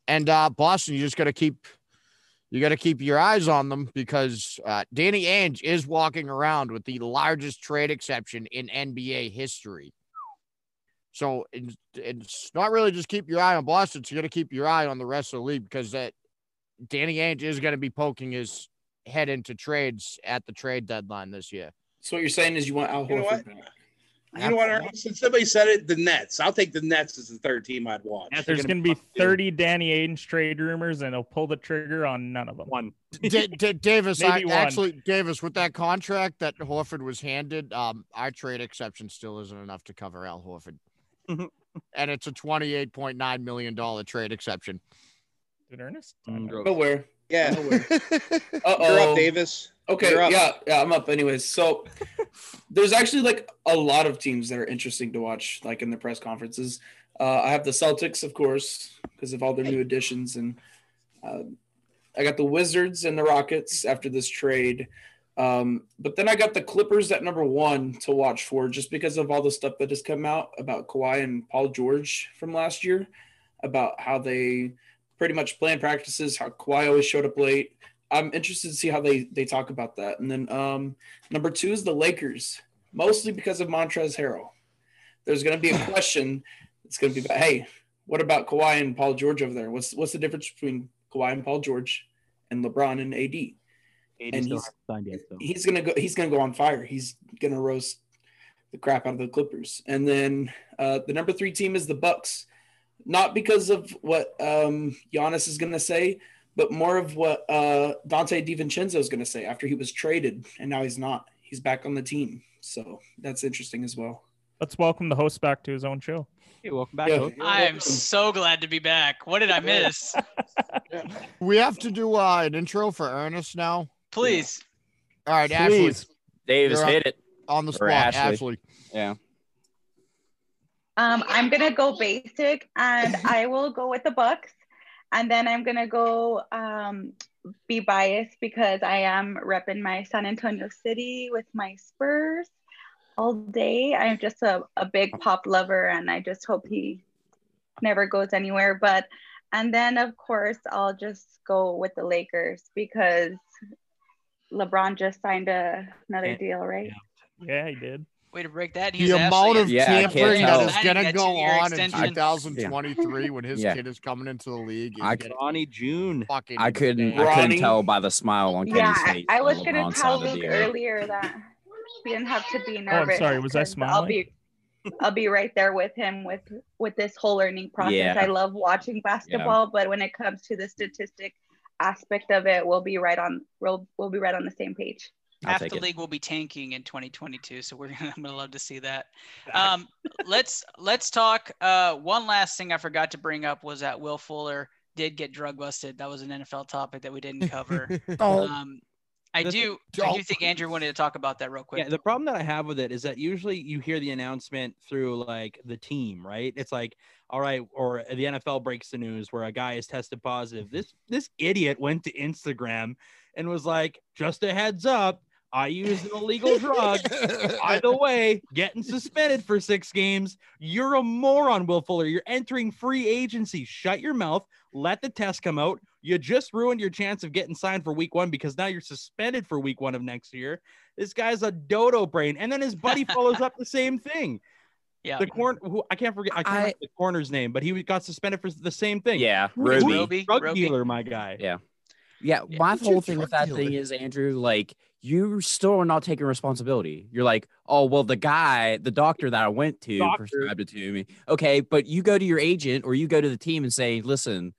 And uh, Boston, you just got to keep you got to keep your eyes on them because uh, Danny Ainge is walking around with the largest trade exception in NBA history. So it's, it's not really just keep your eye on Boston. So you got to keep your eye on the rest of the league because that Danny Ainge is going to be poking his head into trades at the trade deadline this year. So what you're saying is you want Al You know Horford back? You know what? Ernest? Since somebody said it, the Nets. I'll take the Nets as the third team I'd watch. Nets are There's going to be 30 Danny Ainge trade rumors, and he'll pull the trigger on none of them. one. D- D- Davis, I, Maybe one. actually, Davis, with that contract that Horford was handed, um, our trade exception still isn't enough to cover Al Horford. and it's a $28.9 million trade exception. In earnest? Mm, Nowhere. Yeah, Nowhere. you're up, Uh-oh. Davis. Okay, You're up. yeah, yeah, I'm up. Anyways, so there's actually like a lot of teams that are interesting to watch, like in the press conferences. Uh, I have the Celtics, of course, because of all their new additions, and uh, I got the Wizards and the Rockets after this trade. Um, but then I got the Clippers at number one to watch for, just because of all the stuff that has come out about Kawhi and Paul George from last year, about how they pretty much planned practices, how Kawhi always showed up late. I'm interested to see how they they talk about that. And then um, number two is the Lakers, mostly because of Montrez Harrell. There's going to be a question. It's going to be about, hey, what about Kawhi and Paul George over there? What's what's the difference between Kawhi and Paul George and LeBron and AD? AD And still he's- hasn't signed yet, so. He's gonna go. He's gonna go on fire. He's gonna roast the crap out of the Clippers. And then uh, the number three team is the Bucks, not because of what um, Giannis is gonna say, but more of what uh, Dante Divincenzo is gonna say after he was traded and now he's not. He's back on the team, so that's interesting as well. Let's welcome the host back to his own show. Hey, welcome back. Yeah. Hope. I am so glad to be back. What did I miss? We have to do uh, an intro for Ernest now. Please. All right, Ashley, Please. Davis You're up. hit it. on the spot. Or Ashley. Ashley. Yeah. Um, I'm gonna go basic, [laughs] and I will go with the Bucks, and then I'm gonna go um, be biased because I am repping my San Antonio city with my Spurs all day. I'm just a, a big pop lover, and I just hope he never goes anywhere. But and then of course I'll just go with the Lakers because LeBron just signed a, another Yeah. deal, right? Yeah, he did. Way to break that news. The amount Ashley. of Yeah, I can't tampering that tell. is going Signing to that go two-year on extension. in 2023 when his Yeah. kid is coming into the league. Is I- getting Ronnie June. fucking I couldn't. I Ronnie. couldn't tell by the smile on Katie's Yeah, I, face. I that was gonna LeBron tell signed a Luke deal. earlier that he didn't have to be I'm nervous. sorry, was I 'cause I'll smiling? be, I'll be right there with him with with this whole learning process. Yeah. I love watching basketball, but when it comes to the statistic aspect of it, we'll be right on. We'll we'll be right on the same page. I'll half take the it. league will be tanking in 2022 so we're [laughs] gonna, i'm gonna love to [laughs] see that um, let's let's talk uh, one last thing i forgot to bring up was that will fuller did get drug busted that was an nfl topic that we didn't cover um, i That's- do i do Don't. think andrew wanted to talk about that real quick Yeah, the problem that I have with it is that usually you hear the announcement through like the team, right? It's like, all right, or uh, the NFL breaks the news where a guy is tested positive. This this idiot went to Instagram and was like, just a heads up, I used an [laughs] illegal drug. Either [laughs] way, getting suspended for six games. You're a moron, Will Fuller. You're entering free agency. Shut your mouth. Let the test come out. You just ruined your chance of getting signed for week one because now you're suspended for week one of next year. This guy's a dodo brain. And then his [laughs] buddy follows up the same thing. yeah The corn, who I can't forget, I can't I- remember the corner's name, but he got suspended for the same thing. Yeah, Who's Ruby. Roby, Drug Roby. dealer, my guy. Yeah. Yeah, Yeah. my Who's your whole thing with drug that thing dealer? is Andrew, like you still are not taking responsibility. You're like, oh well, the guy, the doctor that I went to Doctor. prescribed it to me. Okay, but you go to your agent or you go to the team and say, listen,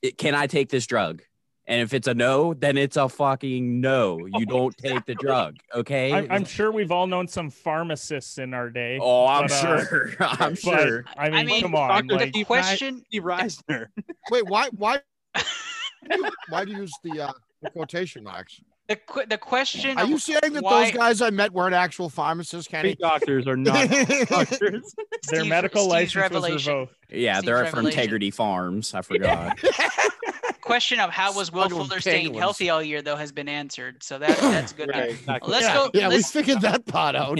it, can I take this drug? And if it's a no, then it's a fucking no. Oh, You don't take the drug. Okay. I'm, I'm sure we've all known some pharmacists in our day. oh, I'm but, uh, [laughs] sure. I'm but, sure. I mean, I mean, come on. Dr. Like, the Steve question Steve Reisner. [laughs] Wait, why? [laughs] Why? why do you use the, uh, the quotation marks? the, que- the question Are of you saying that why- those guys I met weren't actual pharmacists, [laughs] Three Kenny? doctors are [laughs] not doctors. their Steve's- medical Steve's license was revelation. revoked. Yeah, Steve's they're from revelation. Integrity [laughs] Farms. I forgot. question of how was will Smuggling fuller staying penguins. healthy all year though has been answered so that that's good news. Right. Exactly. Let's yeah, go- Yeah, let's- we figured that part [laughs] out.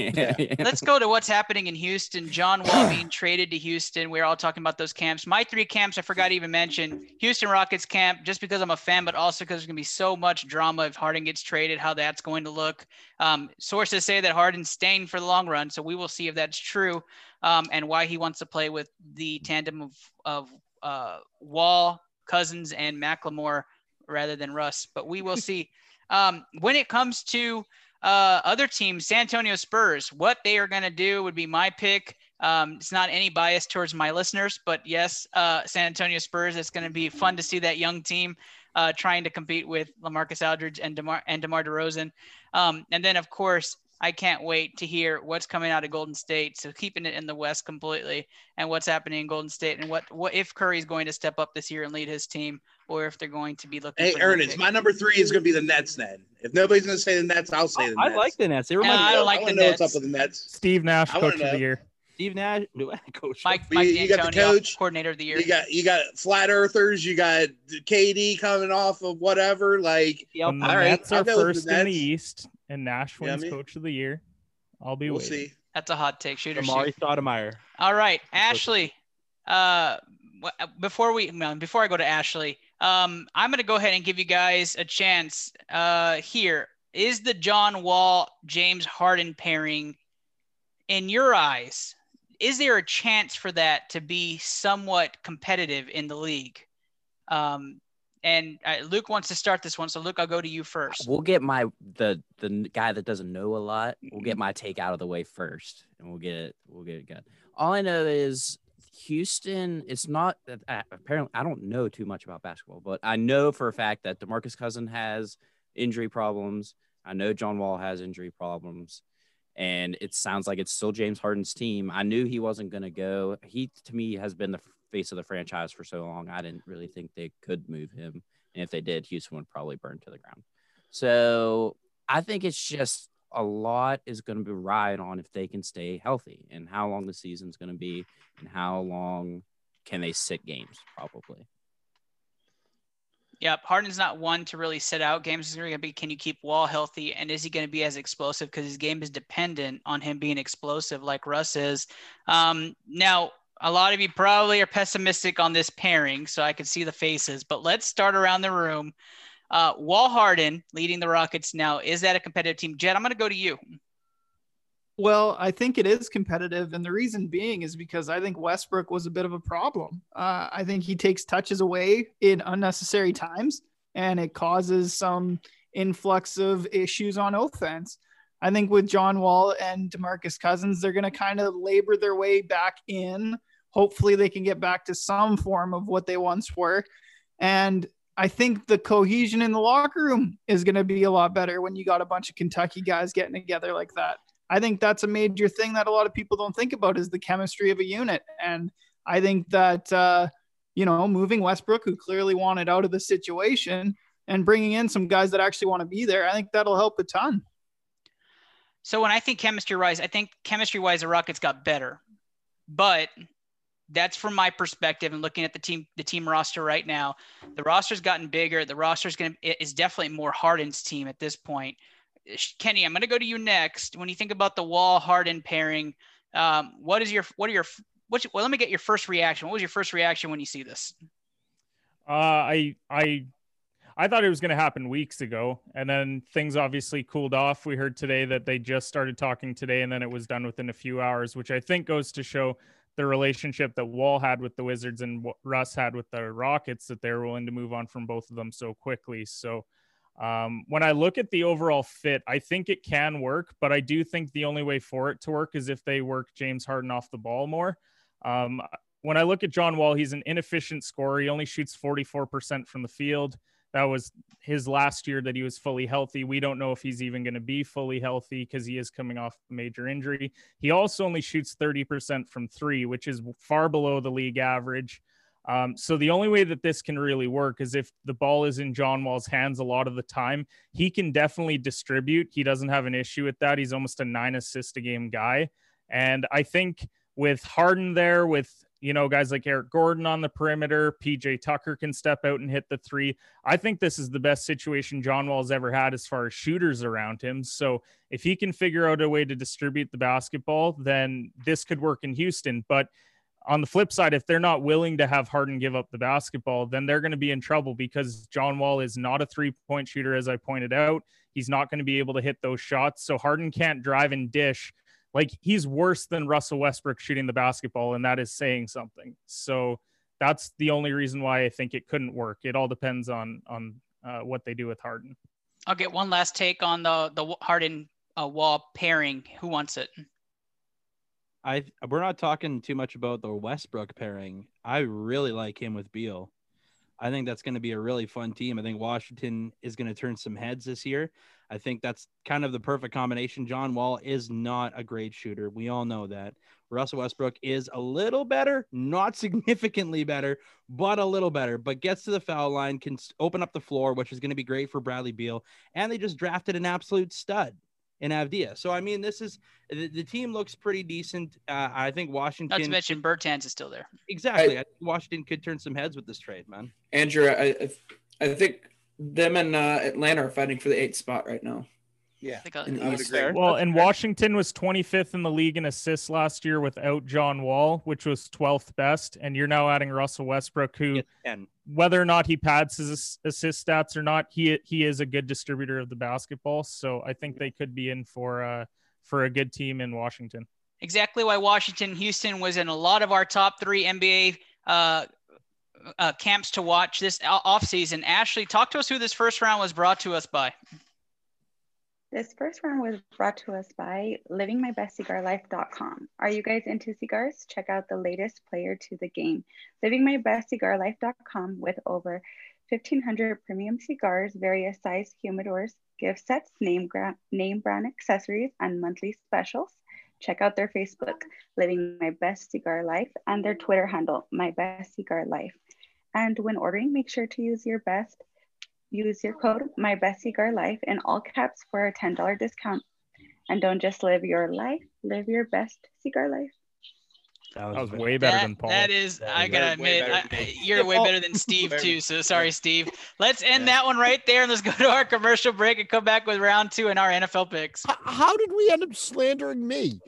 Let's go to what's happening in Houston. John [clears throat] Wall being traded to Houston. We are all talking about those camps. My three camps, I forgot to even mention Houston Rockets camp, just because I'm a fan, but also because there's going to be so much drama if Harden gets traded, how that's going to look. Um, sources say that Harden's staying for the long run, so we will see if that's true um, and why he wants to play with the tandem of, of uh, Wall, Cousins, and Macklemore rather than Russ. But we will see. Um, when it comes to uh, other teams, San Antonio Spurs, what they are going to do would be my pick. Um, it's not any bias towards my listeners, but yes, uh, San Antonio Spurs. It's going to be fun to see that young team uh, trying to compete with Lamarcus Aldridge and Demar and Demar Derozan. Um, and then, of course, I can't wait to hear what's coming out of Golden State. So keeping it in the West completely, and what's happening in Golden State, and what what if Curry's going to step up this year and lead his team, or if they're going to be looking. Hey, for a new Ernest, pick. my number three is going to be the Nets. Then, if nobody's going to say the Nets, I'll say the I Nets. like the Nets. They No, remind me I of don't like I the wanna know Nets. What's up with the Nets? Steve Nash, I wanna coach of know. the year. Steve Nash, [laughs] coach. Mike, You- Mike you got the D'Antonio, coach. coordinator of the year. You got you got flat earthers. You got KD coming off of whatever. Like The When the output. All right, Nets I'll are go with the first in the Nets. East and Nash Yeah, I wins mean- coach of the year, I'll be we'll waiting. see. That's a hot take. Shooter, shoot. Amari Stoudemire. All right, That's Ashley. Uh, wh- before we no, before I go to Ashley, um, I'm gonna go ahead and give you guys a chance. Uh, here is the John Wall James Harden pairing. In your eyes, is there a chance for that to be somewhat competitive in the league? Um, and uh, Luke wants to start this one, so Luke, I'll go to you first. We'll get my the the n- guy that doesn't know a lot. We'll get my take out of the way first, and we'll get it. We'll get it good. All I know is Houston. It's not that uh, apparently I don't know too much about basketball, but I know for a fact that Demarcus Cousin has injury problems. I know John Wall has injury problems, and it sounds like it's still James Harden's team. I knew he wasn't going to go. He to me has been the face of the franchise for so long. I didn't really think they could move him, and if they did, Houston would probably burn to the ground. So I think it's just a lot is going to be relied on if they can stay healthy and how long the season's going to be and how long can they sit games probably. Yep, Harden's not one to really sit out games. It's going to be can you keep Wall healthy and is he going to be as explosive because his game is dependent on him being explosive like Russ is. Um, now, a lot of you probably are pessimistic on this pairing, so I can see the faces. But let's start around the room. Uh, Wall Harden leading the Rockets now. Is that a competitive team? Jed, I'm going to go to you. Well, I think it is competitive, and the reason being is because I think Westbrook was a bit of a problem. Uh, I think he takes touches away in unnecessary times, and it causes some influx of issues on offense. I think with John Wall and Demarcus Cousins, they're going to kind of labor their way back in. Hopefully, they can get back to some form of what they once were, and I think the cohesion in the locker room is going to be a lot better when you got a bunch of Kentucky guys getting together like that. I think that's a major thing that a lot of people don't think about is the chemistry of a unit. And I think that, uh, you know, moving Westbrook, who clearly wanted out of the situation, and bringing in some guys that actually want to be there, I think that'll help a ton. So when I think chemistry wise, I think chemistry wise the Rockets got better. But that's from my perspective and looking at the team the team roster right now. The roster's gotten bigger. The roster's going to is definitely more Harden's team at this point. Sh- Kenny, I'm going to go to you next. When you think about the Wall Harden pairing, um, what is your what are your what's, well, let me get your first reaction. What was your first reaction when you see this? Uh, I I I thought it was going to happen weeks ago, and then things obviously cooled off. We heard today that they just started talking today, and then it was done within a few hours, which I think goes to show the relationship that Wall had with the Wizards and what Russ had with the Rockets that they're willing to move on from both of them so quickly. So. Um, when I look at the overall fit, I think it can work, but I do think the only way for it to work is if they work James Harden off the ball more. Um, when I look at John Wall, he's an inefficient scorer. He only shoots 44% from the field. That was his last year that he was fully healthy. We don't know if he's even going to be fully healthy because he is coming off a major injury. He also only shoots 30% from three, which is far below the league average. Um, so the only way that this can really work is if the ball is in John Wall's hands a lot of the time. He can definitely distribute. He doesn't have an issue with that. He's almost a nine assist a game guy. And I think with Harden there, with you know guys like Eric Gordon on the perimeter, PJ Tucker can step out and hit the three. I think this is the best situation John Wall's ever had as far as shooters around him. So if he can figure out a way to distribute the basketball, then this could work in Houston. But on the flip side, if they're not willing to have Harden give up the basketball, then they're going to be in trouble because John Wall is not a three point shooter, as I pointed out. He's not going to be able to hit those shots. So Harden can't drive and dish. Like he's worse than Russell Westbrook shooting the basketball, and that is saying something. So that's the only reason why I think it couldn't work. It all depends on on uh, what they do with Harden. I'll get one last take on the the Harden uh, Wall pairing. Who wants it? I we're not talking too much about the Westbrook pairing. I really like him with Beal. I think that's going to be a really fun team. I think Washington is going to turn some heads this year. I think that's kind of the perfect combination. John Wall is not a great shooter. We all know that. Russell Westbrook is a little better, not [laughs] significantly better, but a little better, but gets to the foul line, can open up the floor, which is going to be great for Bradley Beal. And they just drafted an absolute stud in Avdia. So, I mean, this is the, the team looks pretty decent. Uh, I think Washington. Not to mention Bertans is still there. Exactly. I, I Washington could turn some heads with this trade, man. Andrew, I, I think them and uh, Atlanta are fighting for the eighth spot right now. Yeah. I think I'll- In the I would East. agree. Well, and Washington was 25th in the league in assists last year without John Wall, which was 12th best. And you're now adding Russell Westbrook, who, Get 10. whether or not he pads his ass- assist stats or not, he he is a good distributor of the basketball. So I think they could be in for uh, for a good team in Washington. exactly why Washington Houston was in a lot of our top three NBA uh, uh, camps to watch this o- offseason. Ashley, talk to us who this first round was brought to us by. This first round was brought to us by livingmybestcigarlife.com. Are you guys into cigars? Check out the latest player to the game, livingmybestcigarlife.com, with over 1,500 premium cigars, various size humidors, gift sets, name, gra- name brand accessories, and monthly specials. Check out their Facebook, Living My Best Cigar Life, and their Twitter handle, My Best Cigar Life. And when ordering, make sure to use your best use your code my best cigar life in all caps for a $10 discount and don't just live your life live your best cigar [laughs] life That was way better That- than Paul. That is, I is gotta way admit, better I- than I- you're way Paul. better than Steve Way too. better. So sorry, Steve. Let's end Yeah. that one right there, and let's go to our commercial break and come back with round two and our NFL picks. H- how did we end up slandering me?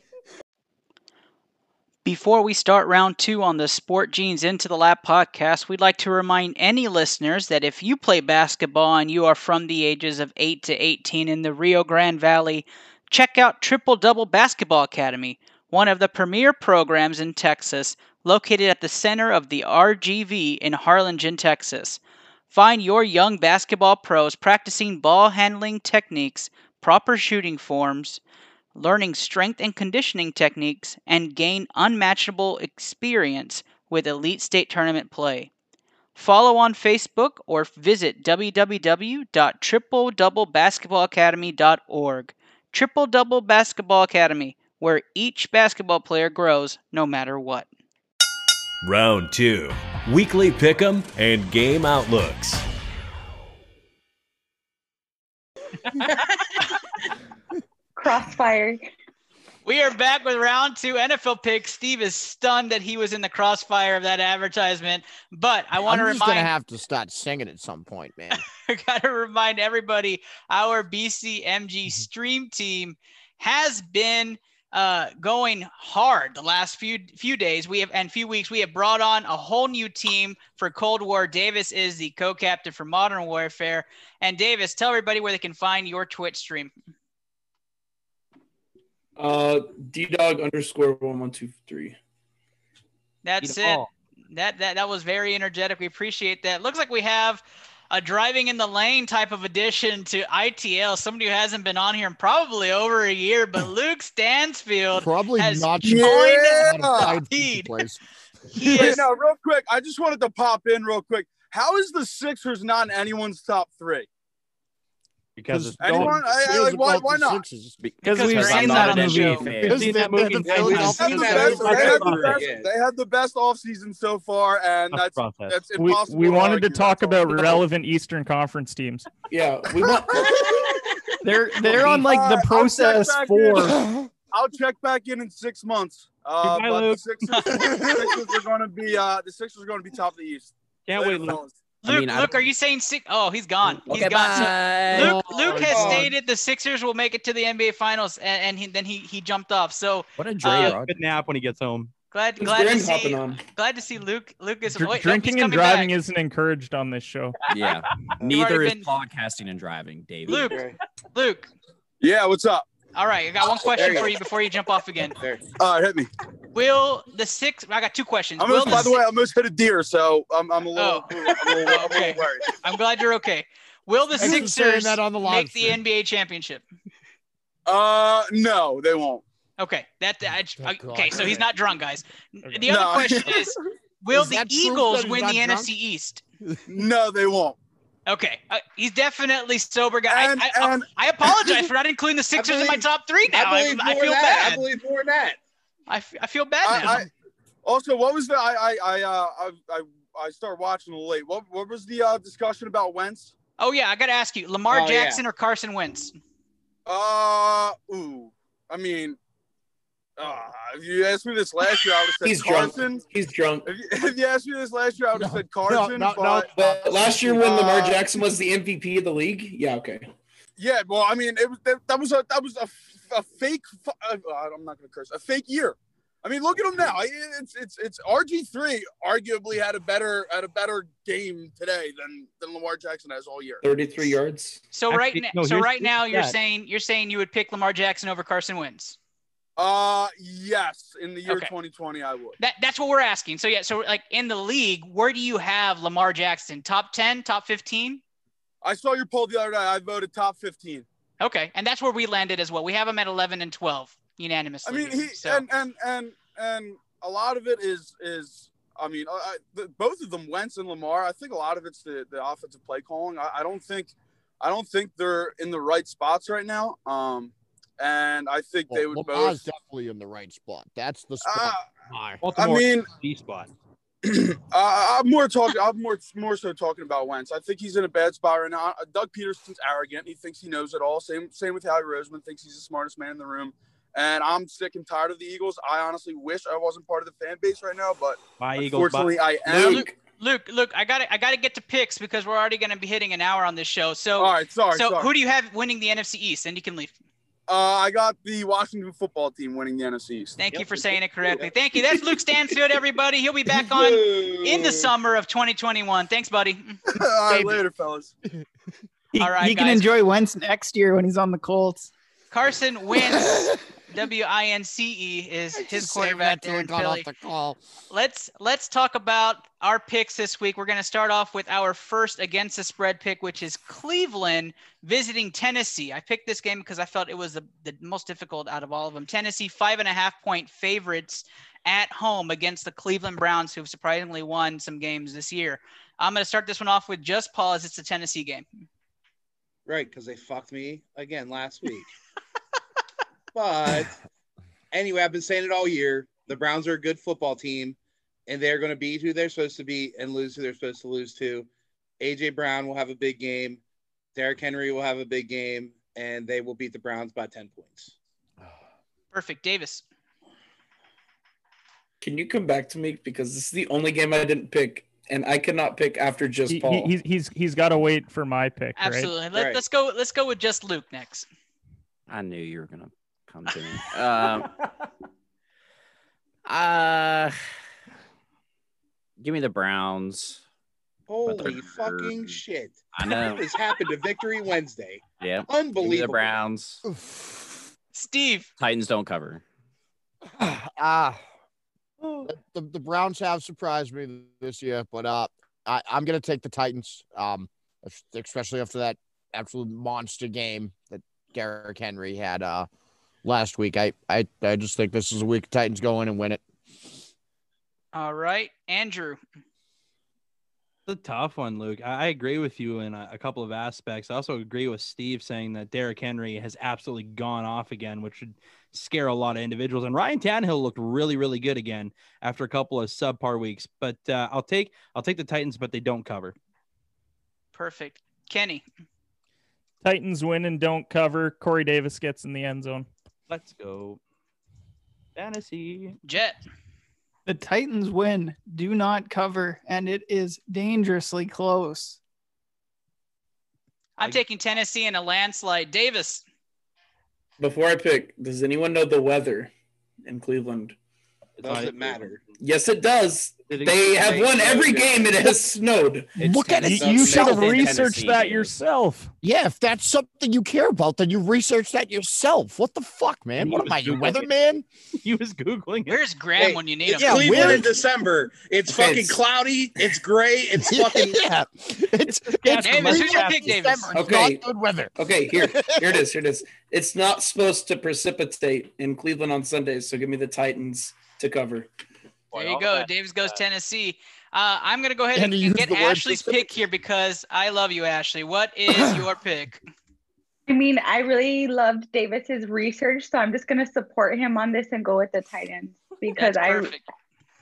Before we start round two on the Sport Genes Into the Lab podcast, we'd like to remind any listeners that if you play basketball and you are from the ages of 8 to 18 in the Rio Grande Valley, check out Triple Double Basketball Academy, one of the premier programs in Texas, located at the center of the RGV in Harlingen, Texas. Find your young basketball pros practicing ball handling techniques, proper shooting forms, learning strength and conditioning techniques, and gain unmatchable experience with elite state tournament play. Follow on Facebook or visit www.tripledoublebasketballacademy.org. Triple Double Basketball Academy, where each basketball player grows no matter [laughs] what. Round two weekly pick 'em and game outlooks. crossfire We are back with round two NFL picks. Steve is stunned that he was in the crossfire of that advertisement, but I want to I'm just gonna remind have to start singing at some point, [laughs] man. I gotta remind everybody our BCMG stream team has been uh, going hard the last few few days. We have and few weeks. We have brought on a whole new team for Cold War. Davis is the co-captain for Modern Warfare. And Davis, tell everybody where they can find your Twitch stream. Uh, D dog underscore one one two three. That's it. oh. That that that was very energetic. We appreciate that. Looks like we have a driving in the lane type of addition to ITL. Somebody who hasn't been on here in probably over a year, [clears throat] but Luke Stansfield. Probably As not. going sure as how to find speed. place. He Wait, is no, real quick. I just wanted to pop in real quick. How is the Sixers not in anyone's top three? because it's Anyone? I, I, like, why, why not? because Because we've Grant's seen not that on the movie. show. We've seen that movie. Because ten they're times. They had the That's best, what I'm they had talking the best, about. they had the best offseason so far, and tough that's process. that's we impossible. we wanted to argue, talk that's all. about relevant Eastern Conference teams. [laughs] Yeah, we want. [laughs] They're they're on like Uh, I'll the check process back for. [laughs] in. I'll check back in in six months. Uh, Goodbye, but Luke. the Sixers, [laughs] the Sixers are going to be uh, the Sixers are going to be top of the East. Can't wait. Later, Luke. fellas. I Luke. mean, I Luke, don't- are you saying sick? Oh, he's gone. He's okay, gone. So bye. Oh, Luke, Luke has God. stated the Sixers will make it to the NBA Finals, and, and he, then he he jumped off. So What a Uh, Drayrod. Good nap when he gets home. glad Who's glad to Grant see hopping on? glad to see Luke Luke is Dr- wait, nope, he's drinking and coming back. driving isn't encouraged on this [laughs] show. yeah. Neither already is been- podcasting and driving, David. Luke, Luke. Yeah, what's up? All right, I got one There question you for go. you before you jump off again. There. All right, hit me. Will the six? I got two questions. I'm Will almost, by the si- way, I almost hit a deer, so I'm, I'm a Oh. little, I'm a little, I'm a Okay. little worried. I'm glad you're okay. Will the Thanks for saying Sixers that on the live make the stream. NBA championship? Uh, no, they won't. Okay, that I, Oh, God. okay. So he's not drunk, guys. Okay. The other No. [laughs] question is, will Is the that proof that Eagles he's win not the drunk? NFC East? No, they won't. Okay, uh, he's definitely sober guy. I- And- I, I, and- I apologize for not including the Sixers in my believe- top three now. I I, believe I more feel that. I bad. believe more that. I, f- I feel bad now. I, I also what was the I I I uh, I I I started watching a little late. What what was the uh, discussion about Wentz? oh yeah, I gotta ask you, Lamar Oh, yeah. Jackson or Carson Wentz? Uh, ooh. I mean, uh, if you asked me this last year, I would have He's said drunk. Carson. He's drunk. If you, [laughs] if you asked me this last year, I would have said Carson. no, no. but But last year when Lamar Uh, Jackson was the MVP of the league, yeah, okay. yeah, well, I mean, it was that, that was a that was a, f- a fake. fu- Uh, I'm not gonna curse. A fake year. I mean, look at him now. I- It's it's it's RG three arguably had a better had a better game today than than Lamar Jackson has all year. 33 yards. So Actually, right now, no, so here's- right here's now, the you're stat. saying you're saying you would pick Lamar Jackson over Carson Wentz. Uh yes, in the year Okay. 2020, I would. That that's what we're asking. So yeah, so like in the league, where do you have Lamar Jackson? Top ten, top fifteen? I saw your poll the other day. I voted top 15. Okay, and that's where we landed as well. We have him at eleven and twelve I unanimously. mean, he so and and and and a lot of it is is I mean, I, I- the, both of them, Wentz and Lamar. I think a lot of it's the the offensive play calling. I, I don't think I don't think they're in the right spots right now. Um, and I think they would Lamar's both. definitely in the right spot. That's the Uh, spot. Lamar. I Baltimore [laughs] mean, D spot. I, I'm more talking. I'm more more so talking about Wentz. I think he's in a bad spot right now. Doug Peterson's arrogant. He thinks he knows it all. Same same with Howie Roseman. Thinks he's the smartest man in the room. And I'm sick and tired of the Eagles. I honestly wish I wasn't part of the fan base right now, but My Eagles. Bye. unfortunately, I am. Luke, Luke, Luke, I got to I got to get to picks because we're already going to be hitting an hour on this show. So, All right, sorry, so sorry. who do you have winning the NFC East? And you can leave. uh, I got the Washington football team winning the NFC East. Thank you Yep. for saying it correctly. Thank you. That's Luke Stanfield, everybody. He'll be back on in [laughs] the summer of 2021. Thanks, buddy. all right, Baby. later, fellas. He, All right, he can guys. enjoy Wentz next year when he's on the Colts. Carson [laughs] Wentz, W I N C E, is his Just saved that quarterback till there we in got Philly. off the call. let's let's talk about our picks this week. We're going to start off with our first against the spread pick, which is Cleveland visiting Tennessee. I picked this game because I felt it was the, the most difficult out of all of them. Tennessee five and a half point favorites at home against the Cleveland Browns, who've surprisingly won some games this year. I'm going to start this one off with just pause. It's a Tennessee game. Right, because they fucked me again last week. [laughs] but anyway, I've been saying it all year. The Browns are a good football team, and they're going to be who they're supposed to be and lose who they're supposed to lose to. AJ Brown will have a big game. Derrick Henry will have a big game, and they will beat the Browns by ten points. Perfect, Davis. Can you come back to me because this is the only game I didn't pick, and I cannot pick after just He, he, Paul. he's he's he's got to wait for my pick, right? Absolutely. Let, Right. Let's go. Let's go with just Luke next. I knew you were gonna come to me. [laughs] Um, uh, give me the Browns. But they're Holy hurt. fucking shit! I know. What has happened to Victory Wednesday? Yeah. Give me the Unbelievable. Browns. Steve. Titans don't cover. Ah, the, the, the Browns have surprised me this year, but uh, I, I'm going to take the Titans, um, especially after that absolute monster game that Derrick Henry had uh, last week. I, I, I just think this is a week Titans go in and win it. All right, Andrew. It's a tough one, Luke. I I agree with you in a, a couple of aspects. I also agree with Steve saying that Derrick Henry has absolutely gone off again, which should scare a lot of individuals. And Ryan Tannehill looked really, really good again after a couple of subpar weeks. But uh, I'll take I'll take the Titans, but they don't cover. Perfect. Kenny. Titans win and don't cover. Corey Davis gets in the end zone. Let's go. Fantasy. Jet. The Titans win, do not cover, and it is dangerously close. I'm I- taking Tennessee in a landslide. Davis, Before I pick, does anyone know the weather in Cleveland? It's not Does it even- matter? Yes, it does. They have won every game. It has snowed. Look at it. Tennessee. You It's should have Tennessee. researched that. That yourself. Yeah, if that's something you care about, then you research that yourself. What the fuck, man? You What am I, was your Googling [laughs] weatherman? He was googling it. Where's Graham Hey, when you need him? It's Yeah, Cleveland where- in December. It's Okay, fucking it's- cloudy. It's gray. It's fucking. [laughs] yeah. It's, it's Davis, who's your Greenland pick, Davis? December. It's Okay. not good weather. [laughs] Okay, here, here it is. Here it is. It's not supposed to precipitate in Cleveland on Sundays, so give me the Titans to cover. There you go. Davis goes Tennessee. Uh, I'm going to go ahead And and, to and use get the word Ashley's pick here because I love you, Ashley. What [laughs] is your pick? I mean, I really loved Davis's research, so I'm just going to support him on this and go with the Titans because That's I perfect.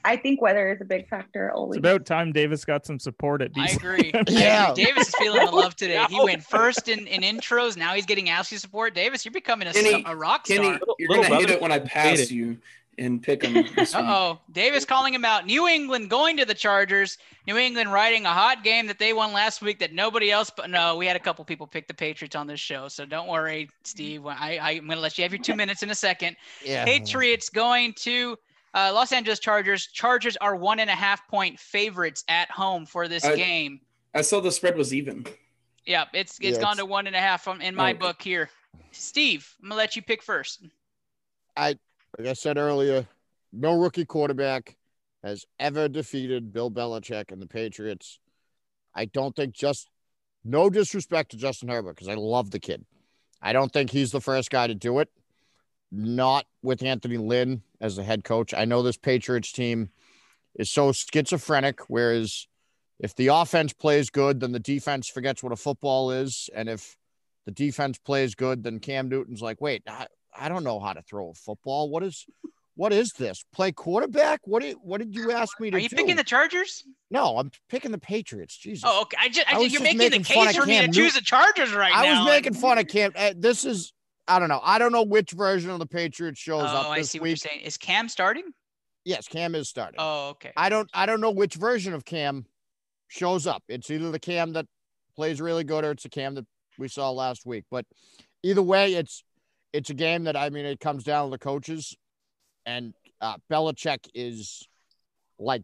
I think weather is a big factor It's always. about time Davis got some support at I DC. [laughs] agree. I [laughs] agree. Yeah. Davis is feeling the [laughs] [laughs] love today. He went first in, in intros. Now he's getting Ashley support. Davis, you're becoming a, s- Kenny- a rock star. Kenny, you're little gonna hit brother it when I pass hated. you and [laughs] pick them. Uh oh. Davis calling him out. New England going to the Chargers. New England riding a hot game that they won last week that nobody else, but no, we had a couple people pick the Patriots on this show. So don't worry, Steve. I, I, am going to let you have your two minutes in a second. Yeah. Patriots going to uh, Los Angeles Chargers. Chargers are one and a half point favorites at home for this I- game. I saw the spread was even. Yeah, it's it's Yeah, gone it's- Oh. to one and a half on- in my Okay. book here. Steve, I'm going to let you pick first. Like I said earlier, no rookie quarterback has ever defeated Bill Belichick and the Patriots. I don't think just no disrespect to Justin Herbert because I love the kid. I don't think he's the first guy to do it. Not with Anthony Lynn as the head coach. I know this Patriots team is so schizophrenic, whereas if the offense plays good, then the defense forgets what a football is. And if the defense plays good, then Cam Newton's like, wait, I, I don't know how to throw a football. What is what is this? Play quarterback? What did what did you ask me to Are you do? picking the Chargers? no, I'm picking the Patriots. Jesus. Oh, okay. I just, I, I think was you're just making, making the fun case of for me to Cam choose the Chargers right I now. was making fun of Cam. uh, this is I don't know. I don't know which version of the Patriots shows Oh, up I this see what you're week. saying. Is Cam starting? [laughs] Yes, Cam is starting. Oh, okay. I don't I don't know which version of Cam shows up. It's either the Cam that plays really good or it's the Cam that we saw last week. But either way, it's it's a game that I mean it comes down to the coaches and uh Belichick is like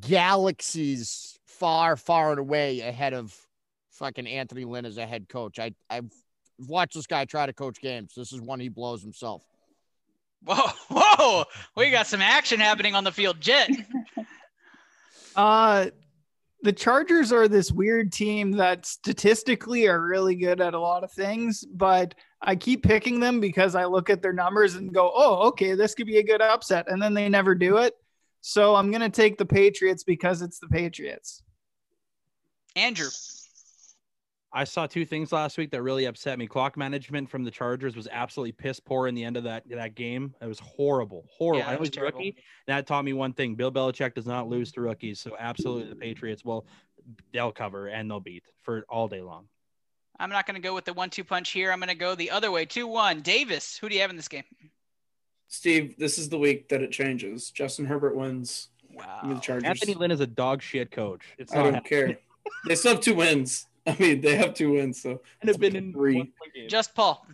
galaxies far, far and away ahead of fucking Anthony Lynn as a head coach. I I've watched this guy try to coach games. This is one he blows himself. Whoa, whoa! We got some action happening on the [laughs] field. Jet, Uh, the Chargers are this weird team that statistically are really good at a lot of things, but I keep picking them because I look at their numbers and go, oh, okay, this could be a good upset. And then they never do it. So I'm going to take the Patriots because it's the Patriots. Andrew. I saw two things last week that really upset me. Clock management from the Chargers was absolutely piss poor in the end of that that game. It was horrible, horrible. Yeah, I that know was he's a terrible. Mm-hmm. rookie. That taught me one thing: Bill Belichick does not lose to rookies. So absolutely, the Patriots will they'll cover and they'll beat for all day long. I'm not going to go with the one-two punch here. I'm going to go the other way. Two-one. Davis, who do you have in this game? Steve, this is the week that it changes. Justin Herbert wins. Give me Wow. the Chargers. Anthony Lynn is a dog shit coach. It's I not don't care. They still have two wins. [laughs] I mean, they have two wins, so have been in Three. one more game. Just Paul.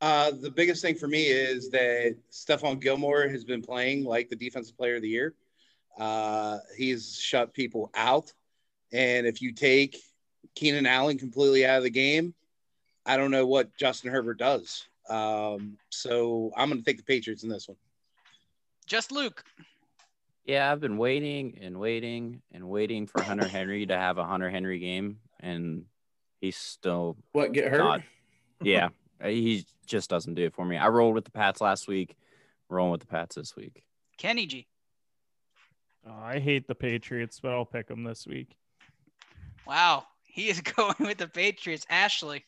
Uh, the biggest thing for me is that Stephon Gilmore has been playing like the defensive player of the year. Uh, he's shut people out. And if you take Keenan Allen completely out of the game, I don't know what Justin Herbert does. Um, so I'm going to take the Patriots in this one. Just Luke. Yeah, I've been waiting and waiting and waiting for Hunter Henry to have a Hunter Henry game, and he's still what get hurt? not. Yeah, uh, he just doesn't do it for me. I rolled with the Pats last week, rolling with the Pats this week. Kenny G. Oh, I hate the Patriots, but I'll pick them this week. Wow. He is [laughs] going with the Patriots. Ashley.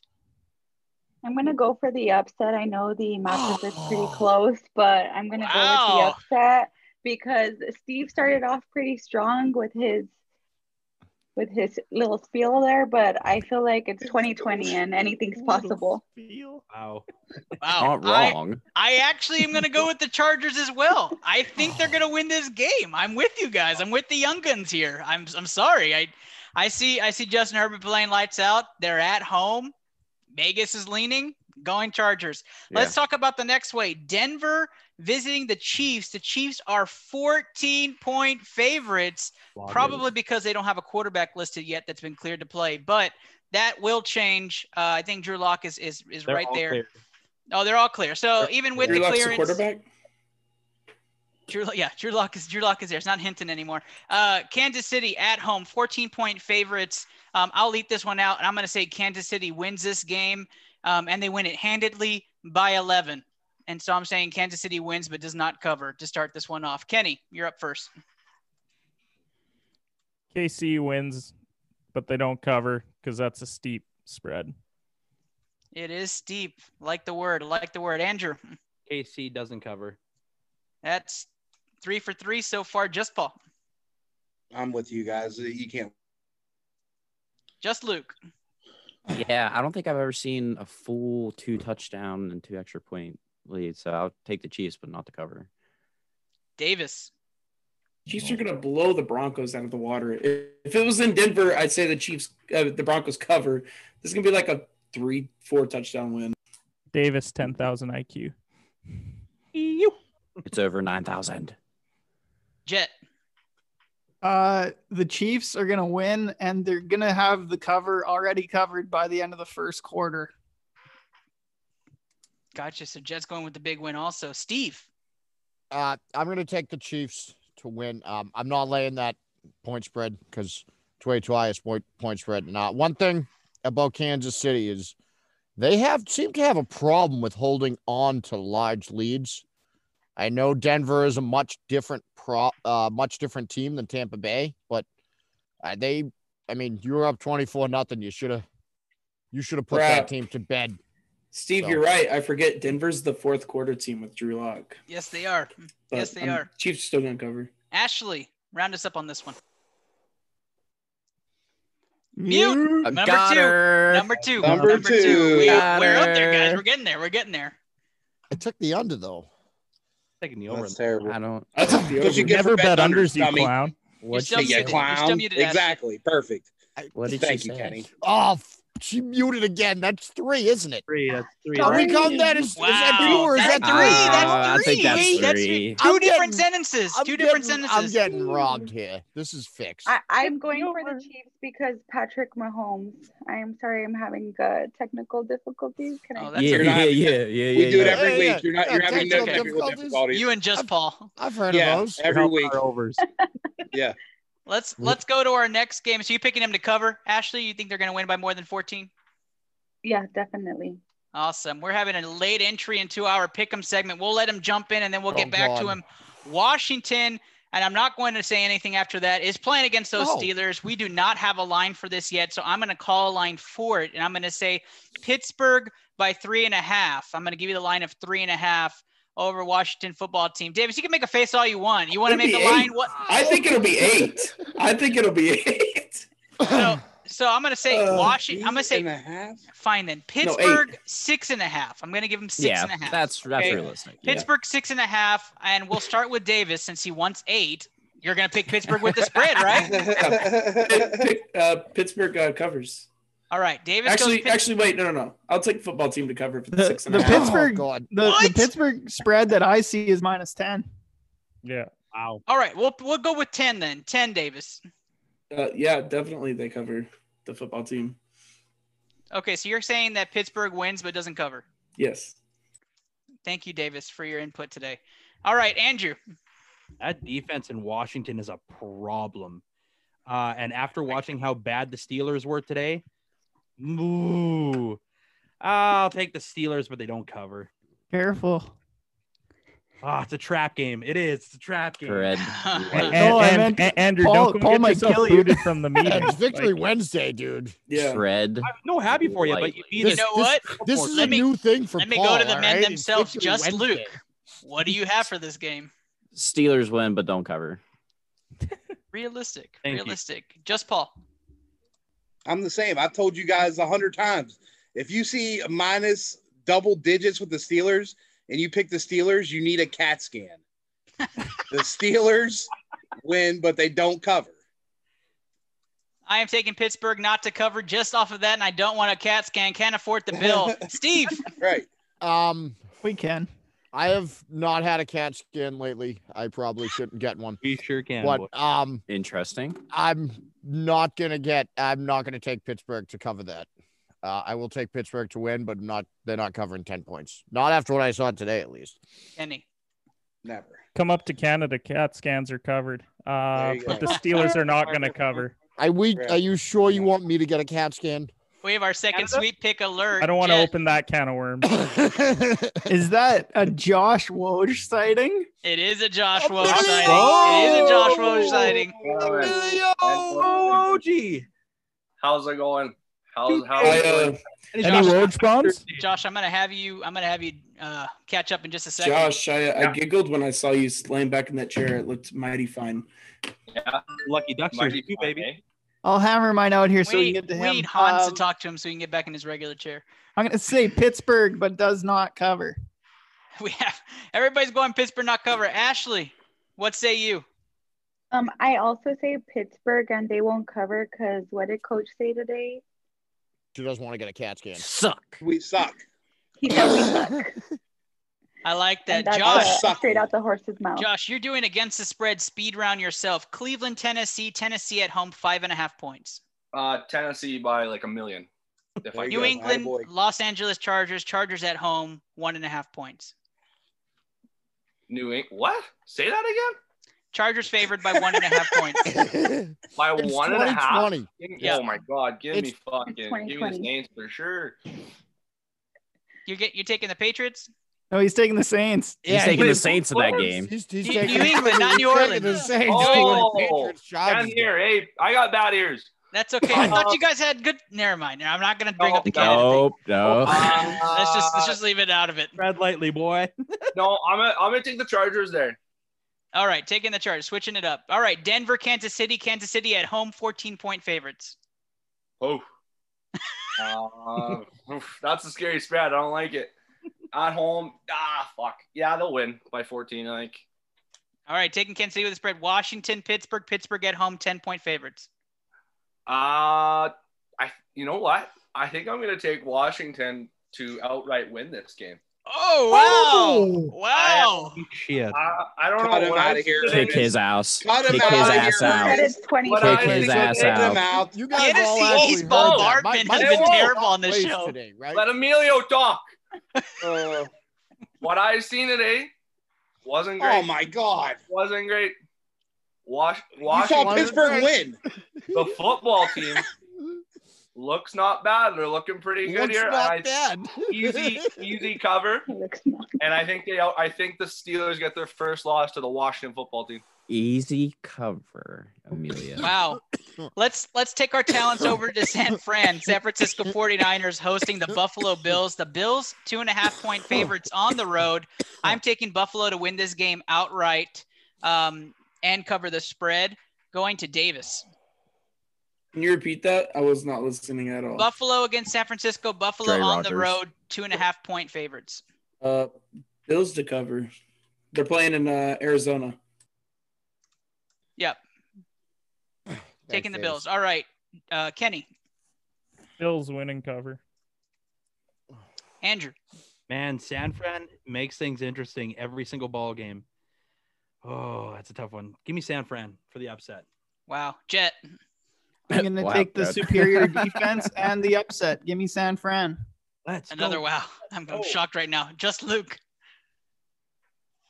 I'm gonna go for the upset. I know the matchup is [gasps] pretty close, but I'm gonna Wow. go with the upset because Steve started off pretty strong with his with his little spiel there, but I feel like it's 2020 and anything's possible. Wow. Wow. Not I- wrong. I actually am going to go with the Chargers as well. I think they're going to win this game. I'm with you guys. I'm with the young guns here. I'm I'm sorry. I I see I see Justin Herbert playing lights out. They're at home. Vegas is leaning. Going Chargers. Let's talk about the next way. Denver visiting the Chiefs. The Chiefs are 14 point favorites, probably because they don't have a quarterback listed yet that's been cleared to play. But that will change. Uh, I think Drew Lock is is, is They're right all there. clear. Oh, they're all clear. So even with Drew the Lock's the clearance, quarterback. Drew, yeah, Drew Lock is Drew Lock is there. It's not Hinton anymore. Uh, Kansas City at home, 14 point favorites. Um, I'll leak this one out, and I'm going to say Kansas City wins this game, um, and they win it handedly by 11. And so I'm saying Kansas City wins, but does not cover to start this one off. Kenny, you're up first. KC wins, but they don't cover because that's a steep spread. It is steep, like the word, like the word. Andrew, KC doesn't cover. that's three for three so far. Just Paul, I'm with you guys. You can't. just Luke. Yeah, I don't think I've ever seen a full two touchdown and two extra point lead. So I'll take the Chiefs, but not the cover. Davis. Chiefs are going to blow the Broncos out of the water. If if it was in Denver, I'd say the Chiefs, uh, the Broncos cover. This is going to be like a three, four touchdown win. Davis, 10,000 IQ. E It's over 9,000. Jet. Uh, the Chiefs are gonna win, and they're gonna have the cover already covered by the end of the first quarter. Gotcha. So Jet's going with the big win also. Steve. Uh, I'm going to take the Chiefs to win. Um, I'm not laying that point spread because it's way too high. It's point, point spread. Now, one thing about Kansas City is they have seem to have a problem with holding on to large leads. I know Denver is a much different pro, uh, much different team than Tampa Bay, but uh, they, I mean, you were up 24 nothing. You should have, you should have put Crap. that team to bed. Steve, So- you're right. I forget Denver's the fourth quarter team with Drew Lock. Yes, they are. Uh, Yes, they are. Chiefs still going to cover. Ashley, round us up on this one. Mute. I Number got two. her. Number two. Number two. We, Got we're up there, guys. her. We're getting there. We're getting there. I took the under though. Taking the over. That's terrible. I don't. I took [laughs] the Because you over. get Never for bet unders, you dummy. clown. What'd still she Yeah, muted. say? You're still clown. muted, Ashley. Exactly. Perfect. What did Thank she you, say? Kenny. Oh, f- she muted again. That's three, isn't it? Three. That's three. Are we Three. counting that as, is that two or is That's that Uh, three? I That's think three. that's That's three. 2 I'm getting- different sentences. I'm two different getting- sentences. I'm getting robbed here. This is fixed. I, I'm going for the Chiefs because Patrick Mahomes. I am sorry, I'm having uh, technical difficulties. Can Oh, I? that's yeah, You're not- yeah, yeah, yeah, we yeah, do it yeah. every Yeah, week. yeah. You're not. You're Yeah, having no technical technical difficulties. difficulties. you and just Paul. I've heard yeah, of those. every week. Our overs. Let's let's go to our next game. So you picking them to cover, Ashley? You think they're going to win by more than 14? Yeah, definitely. Awesome. We're having a late entry into our pick'em segment. We'll let him jump in, and then we'll Oh, get back to God. him. Washington, and I'm not going to say anything after that. Is playing against those No. Steelers. We do not have a line for this yet, so I'm going to call a line for it, and I'm going to say Pittsburgh by three and a half. I'm going to give you the line of three and a half over Washington football team. Davis, you can make a face all you want. You want to It'll make be a line? eight. What? I think it'll be eight. I think it'll be eight. So, so I'm going to say Uh, Washington. I'm going to Eight and say a half. fine then. eight. Pittsburgh six and a half. I'm going to give them six yeah and a half. that's that's Okay. realistic. Yeah. Pittsburgh six and a half, and we'll start with Davis since he wants eight. You're gonna pick Pittsburgh with the spread, [laughs] right? [laughs] Pick- uh, Pittsburgh uh, covers. All right, Davis Actually, goes. Pit- actually, wait, no, no, no. I'll take football team to cover for [laughs] the, The- six and the a half. Pitts- Pittsburgh- Oh, God. The, the What? Pittsburgh spread that I see is minus ten. Yeah. Wow. All right, we'll we'll go with ten then. Ten, Davis. Uh, yeah, definitely they cover the football team. Okay, so you're saying that Pittsburgh wins but doesn't cover. Yes. Thank you, Davis, for your input today. All right, Andrew. That defense in Washington is a problem. Uh, and after watching how bad the Steelers were today, ooh, I'll take the Steelers, but they don't cover. Careful. Ah, it's a trap game. It is. It's a trap game. [laughs] Oh, Spread. And, No, I and- meant and- Andrew, Paul- don't go Paul get might yourself kill you. booted from [laughs] the meeting. It's Victory Like, Wednesday, dude. Yeah. Shred. I'm no happy for you, but you Lightly. beat You This- us. know what? This is Let a me- new thing for let me go Paul. to the all men right? It's themselves, Victory just Wednesday. Luke. What do you have for this game? Steelers win, but don't cover. Realistic. Thank you. realistic. Just Paul. I'm the same. I've told you guys a hundred times. If you see minus double digits with the Steelers and you pick the Steelers, you need a CAT scan. the Steelers win, but they don't cover. I am taking Pittsburgh not to cover just off of that, and I don't want a cat scan. Can't afford the bill. [laughs] Steve, Right. Um, We can. I have not had a cat scan lately. I probably shouldn't get one. We sure can. boy. But um, Interesting. I'm not gonna get. I'm not gonna take Pittsburgh to cover that. Uh, I will take Pittsburgh to win, but not. They're not covering ten points. Not after what I saw today, at least. Kenny. Never. Come up to Canada. Cat scans are covered. Uh, There you but go. the Steelers are not going to cover. Are we? Right. Are you sure you want me to get a cat scan? We have our second Canada? sweep pick alert. I don't want to Jet, open that can [laughs] of worms. Is that a Josh Woj [laughs] sighting? It is a Josh Oh, Woj Billy! sighting. It is a Josh Woj sighting. Woj. How's it going? How's how's I, it uh, going? And Any Josh- Woj bombs? Josh, I'm gonna have you. I'm gonna have you uh, catch up in just a second. Josh, I, I giggled when I saw you laying back in that chair. It looked mighty fine. Yeah, Lucky Ducks are Mighty too, fine, baby. eh? I'll hammer mine out here so we, we can get to we him. need Hans Um, to talk to him so he can get back in his regular chair. [laughs] I'm gonna say Pittsburgh, but does not cover. We have everybody's going Pittsburgh not cover. Ashley, what say you? Um, I also say Pittsburgh and they won't cover because what did coach say today? she doesn't want to get a cat scan. Suck. We suck. He said we suck. I like And that. that's Josh, uh, suck. straight out the horse's mouth. Josh, you're doing against the spread speed round yourself. Cleveland, Tennessee, Tennessee at home, five and a half points. Uh, Tennessee by like a million. If I There you New go. get England, Attaboy. Los Angeles Chargers, Chargers at home, one and a half points. New England, what? Say that again? Chargers favored by one and a half points. it's By one and a half. 2020. Yeah. Oh my god, give me It's- fucking give me the 2020. Saints for sure. You get you're taking the Patriots? No, he's taking the Saints. He's Yeah, taking he- the Saints to that game. he's, he's New- taking New England, not New he's taking Orleans. The Saints Oh. to win Patriots Down Chargers game. here, hey, I got bad ears. That's okay. I thought you guys had good never mind. I'm not gonna bring up the No, Canada thing. no. uh, Let's just let's just leave it out of it. Tread lightly, boy. No, I'm gonna I'm gonna take the Chargers there. All right, taking the charge, switching it up. All right, Denver, Kansas City, Kansas City at home, 14 point favorites. Oh. Uh, oof, that's a scary spread. I don't like it. At home, ah, fuck. Yeah, they'll win by 14. I think. All right, taking Kansas City with the spread. Washington, Pittsburgh, Pittsburgh at home, 10 point favorites. Uh, I. You know what? I think I'm gonna take Washington to outright win this game. Oh, wow. Wow. Shit. I, I don't Cut know. him When I outta here. see Take this- his ass. Cut him Take out his of ass here. That out. is 20 What Take I his think- ass take out. him out. You Yes, guys all actually he's heard that. My- bombardment my has been phone terrible on this plays show. today, right? Let Emilio talk. Uh, What I seen today wasn't great. oh my God. Wasn't great. Wash, You saw Washington, Pittsburgh win. the football team looks not bad. They're looking pretty good Looks here. and I not bad. easy, easy cover. He [laughs] looks not- And I think they, I think the Steelers get their first loss to the Washington football team. Easy cover, Amelia. Wow. Let's let's take our talents over to San Fran. San Francisco 49ers hosting the Buffalo Bills. The Bills, two and a half point favorites on the road. I'm taking Buffalo to win this game outright um, and cover the spread. Going to Davis. Can you repeat that? I was not listening at all. Buffalo against San Francisco. Buffalo Dre on the Rogers. road, two and a half point favorites. Uh, Bills to cover. They're playing in uh, Arizona. Yep, taking the Bills. All right, uh, Kenny, Bills winning cover. Andrew. Man, San Fran makes things interesting every single ball game. Oh, that's a tough one. Give me San Fran for the upset. Wow, Jet. [laughs] I'm gonna Wow, take the Dad. [laughs] superior defense and the upset. Give me San Fran. Let's Another go. wow. [laughs] I'm, I'm shocked right now. Just Luke.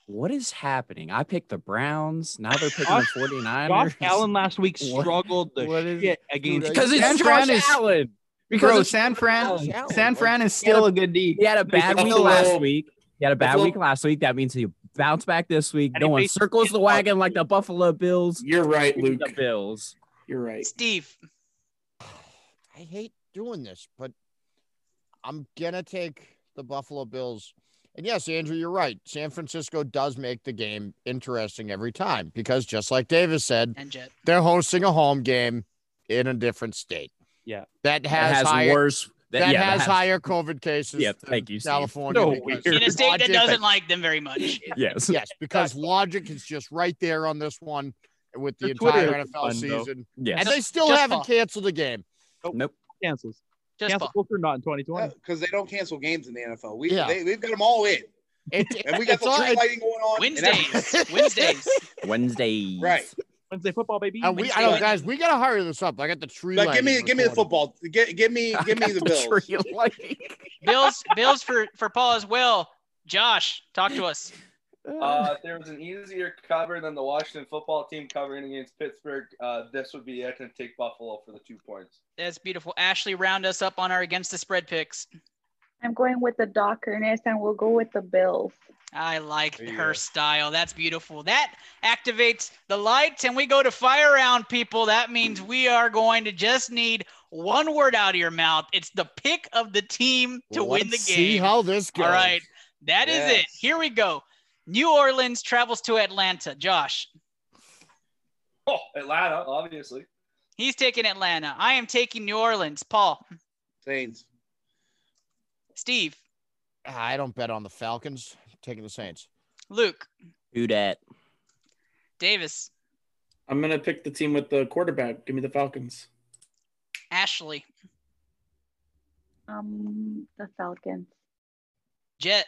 What is happening? I picked the Browns. Now they're picking Josh- the 49ers. Josh Allen last week [laughs] What- struggled the what is- shit against Because it's San Josh Fran is- Allen. Because Because of it's- San Fran, Allen. San Fran is still a good D. he had a bad week Buffalo- last week. He had a bad Buffalo- week last week. That means he bounced back this week. And No he one faced circles the Pittsburgh. wagon like the Buffalo Bills. You're right, Luke. The Bills. You're right. Steve. I hate doing this, but I'm gonna take the Buffalo Bills. And yes, Andrew, you're right. San Francisco does make the game interesting every time because just like Davis said, And Jet. they're hosting a home game in a different state. Yeah. That That has, has higher worse. that, yeah, has, higher COVID cases. Yeah, than thank you, Steve. California. So because- weird. In a state that Logic- [laughs] doesn't like them very much. Yes. Yes, because logic is just right there on this one. with the The Twitter entire is NFL fun, though. season. Yes. And they still Just haven't off. canceled the game. Nope. Cancels. Just Cancels for not in 2020. because Uh, they don't cancel games in the NFL. We Yeah. they, we've got them all in, It, and we got it's the all- tree lighting going on and [laughs] everything. [laughs] Wednesdays. Wednesdays. Wednesday. Right. Wednesday football, baby. Uh, we, I Wednesday know, night. guys, we gotta hurry this up. I got the tree. Like, give me lighting give me the recorded. football. Give, give [laughs] me give me the Bills. Bills, Bills for for Paul as well. Josh, talk to us. Uh, if there was an easier cover than the Washington football team covering against Pittsburgh, uh, this would be it and take Buffalo for the two points. That's beautiful. Ashley, round us up on our against the spread picks. I'm going with the Doc Ernest, and we'll go with the Bills. I like There you her go. style. That's beautiful. That activates the lights, and we go to fire round, people. That means we are going to just need one word out of your mouth. It's the pick of the team to win the Let's See game. how this goes. All right, that is it. Yes. Here we go. New Orleans travels to Atlanta. Josh, Oh, Atlanta, obviously. he's taking Atlanta. I am taking New Orleans. Paul, Saints. Steve, I don't bet on the Falcons. I'm taking the Saints. Luke, Who dat? Davis, I'm gonna pick the team with the quarterback. Give me the Falcons. Ashley, Um, the Falcons. Jet.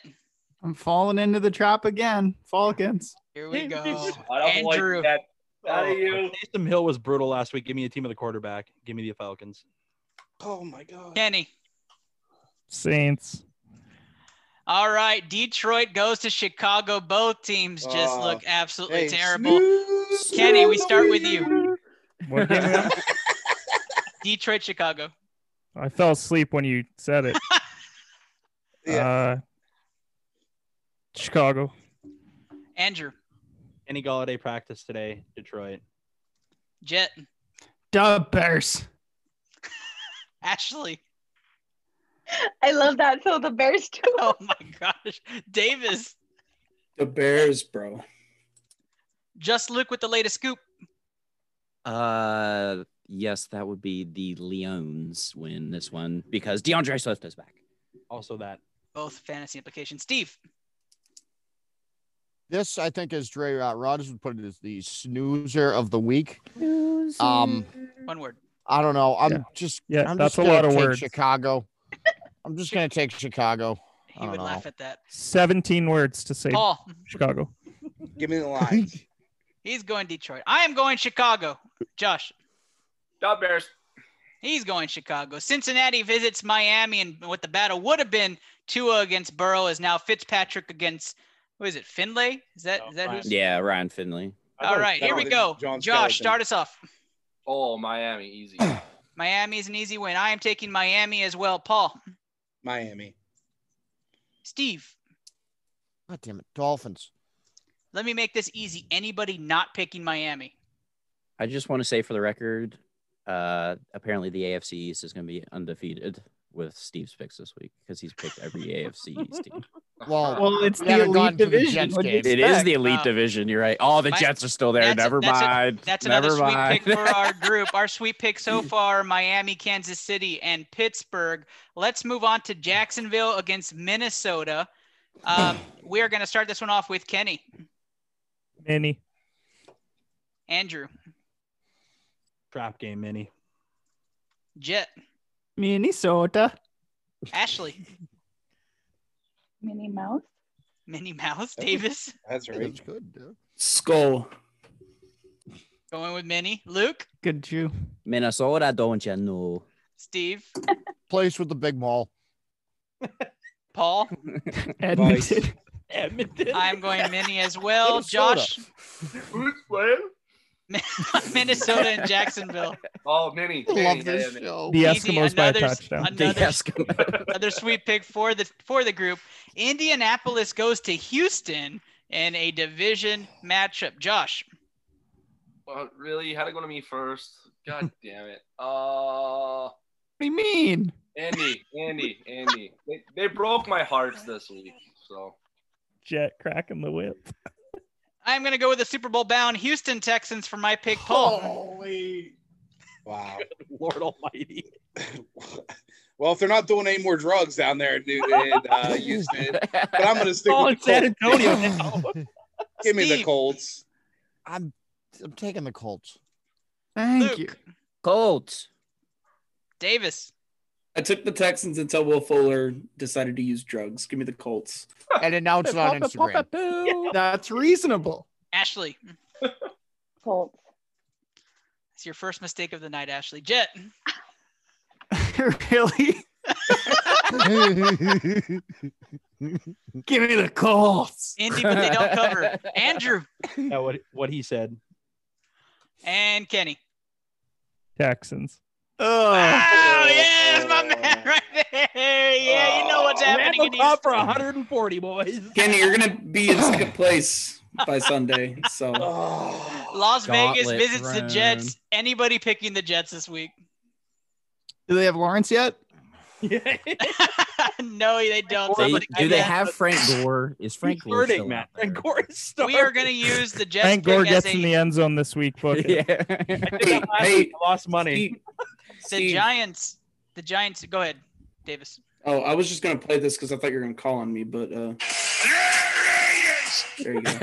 I'm falling into the trap again. Falcons. Here we go. Oh, I don't Andrew. like that. Out of you. Taysom Oh, Hill was brutal last week. Give me a team of the quarterback. Give me the Falcons. Oh my god. Kenny. Saints. All right, Detroit goes to Chicago. Both teams just Oh, look absolutely Hey, terrible. snooze, Kenny, we snooze. start with you. What game [laughs] was that? Detroit, Chicago. I fell asleep when you said it. [laughs] Yeah. Uh, Chicago. Andrew, Any Galladay practice today, Detroit. Jet, Dub Bears. Ashley. I love that. So the Bears [laughs] too. Oh my gosh. Davis, The Bears, bro. just Luke with the latest scoop. Uh, yes, that would be the Leones win this one because DeAndre Swift is back. Also that. Both fantasy implications. Steve, This, I think, as Dre uh, Rodgers would put it, is the snoozer of the week. Um, one word. I don't know. I'm Yeah. just Yeah, I'm that's just a gonna lot of take words. [laughs] Chicago. I'm just gonna take Chicago. I He don't would know. laugh at that. 17 words to say Paul, Chicago. Give me the Lions. [laughs] he's going Detroit. I am going Chicago. Josh, Dub Bears. He's going Chicago. Cincinnati visits Miami, and what the battle would have been Tua against Burrow is now Fitzpatrick against who is it? Finlay? Is that is that who's? Yeah, Ryan Finley. All right, here we go. John Josh, Skeleton. start us off. Oh, Miami, easy. Miami is an easy win. I am taking Miami as well. Paul, Miami. Steve, God damn it, Dolphins. let me make this easy. Anybody not picking Miami? I just want to say for the record, uh, apparently the AFC East is going to be undefeated with Steve's picks this week because he's picked [laughs] every AFC East team. [laughs] Well, Well, it's We the haven't elite gotten to the division. Jets What'd you game. It is expect? the elite Wow. division. You're right. Oh, Uh, the My- Jets are still there. That's a- Never that's a- mind. That's another Never sweet mind. pick for [laughs] our group. Our sweet pick so far: Miami, Kansas City, and Pittsburgh. Let's move on to Jacksonville against Minnesota. Um, we are going to start this one off with Kenny, Many. Andrew, Trap game, mini. Jet, Minnesota. Ashley, Minnie Mouse. Minnie Mouse, Davis, That's Hey, right. that's good, dude. Skull. going with Minnie, Luke, Good Jew. Minnesota, don't you know? Steve, Place with the big mall. Paul. Edmonton. Edmonton. [laughs] I'm going Minnie as well. Josh, Who's playing? [laughs] Minnesota, and Jacksonville. Oh, Mini. I Mini, love yeah, this yeah, Mini. show. The Easy, Eskimos by a another- touchdown. another Eskimo. [laughs] another sweet pick for the for the group. Indianapolis goes to Houston in a division matchup. Josh, Well, really? How to go to me first? [laughs] God damn it. Uh, What do you mean? Andy, Andy, Andy. They, they broke my hearts this week. So Jet cracking the whip. I'm going to go with the Super Bowl bound Houston Texans for my pick. Paul, Holy. [laughs] Wow. Lord Almighty. well, if they're not doing any more drugs down there in, New- in uh, Houston, but I'm going to stick Oh, with in [laughs] the Colts. San Antonio now. Give me the Steve. Colts. I'm I'm taking the Colts. Thank you. Colts. Davis. I took the Texans until Will Fuller decided to use drugs. Give me the Colts. And announced it on Instagram. That's reasonable. Ashley. Colts. It's your first mistake of the night, Ashley. Jet. [laughs] really? Give me the Colts. Indy, but they [laughs] don't cover. Andrew Yeah, what what he said. and Kenny. Texans. Oh, Oh, yeah, that's my man [laughs] right there. Yeah, you know what's happening in Houston. for 140 boys. Kenny, you're gonna [sighs] be in second place by Sunday. So Las Vegas Gauntlet visits the round. Jets. Anybody picking the Jets [laughs] this week? do they have Lawrence yet? no, they don't. They- Somebody- do they have Frank Gore? Is Frank Gore Recording, still Matt. out there? And Gore is starting. We are going to use the Jets Thank Gore pick as gets a, in the [laughs] end zone this week. Book it. [laughs] Yeah. I did that last Hey, week. I lost money. Steve- the Steve- Giants. The Giants. Go ahead, Davis. Oh, I was just gonna play this because I thought you were gonna call on me, but uh [laughs] there you go.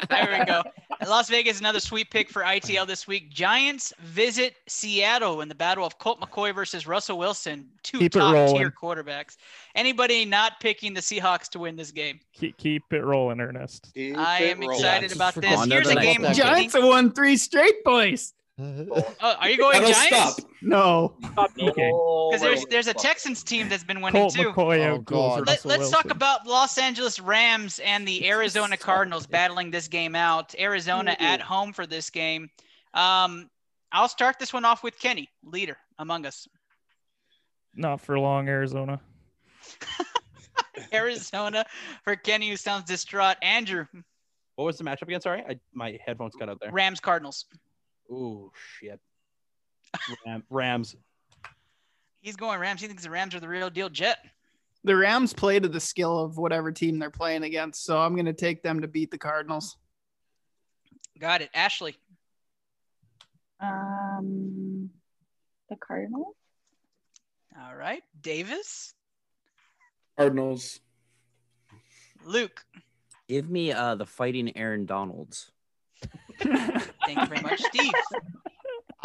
[laughs] There we go. Las Vegas, another sweet pick for ITL this week. Giants visit Seattle in the battle of Colt McCoy versus Russell Wilson, two Keep it top tier rolling. quarterbacks. Anybody not picking the Seahawks to win this game? Keep, keep it rolling, Ernest. I am excited Giants. about Just this. on to Here's the a next game. one. Giants have won three straight, boys. Oh, are you going That'll Giants? stop. No. Stop peeking. No Because there's way. there's a Texans team that's been winning Colt too. McCoy Oh, outduels God. Let, Russell let's talk Wilson. about Los Angeles Rams and [laughs] the Arizona Cardinals battling this game out. Arizona at home for this game. Um, I'll start this one off with Kenny, leader among [laughs] us. Not for long, Arizona. Arizona for Kenny, who sounds distraught. Andrew, What was the matchup again? Sorry, I, my headphones got out there. Rams, Cardinals. Ooh, shit. Ram, Rams. He's going Rams. He thinks the Rams are the real deal. Jet. The Rams play to the skill of whatever team they're playing against, so I'm going to take them to beat the Cardinals. Got it. Ashley. Um, the Cardinals. All right. Davis. Cardinals. Luke. Give me uh, the fighting Aaron Donalds. Thank you very much. Steve.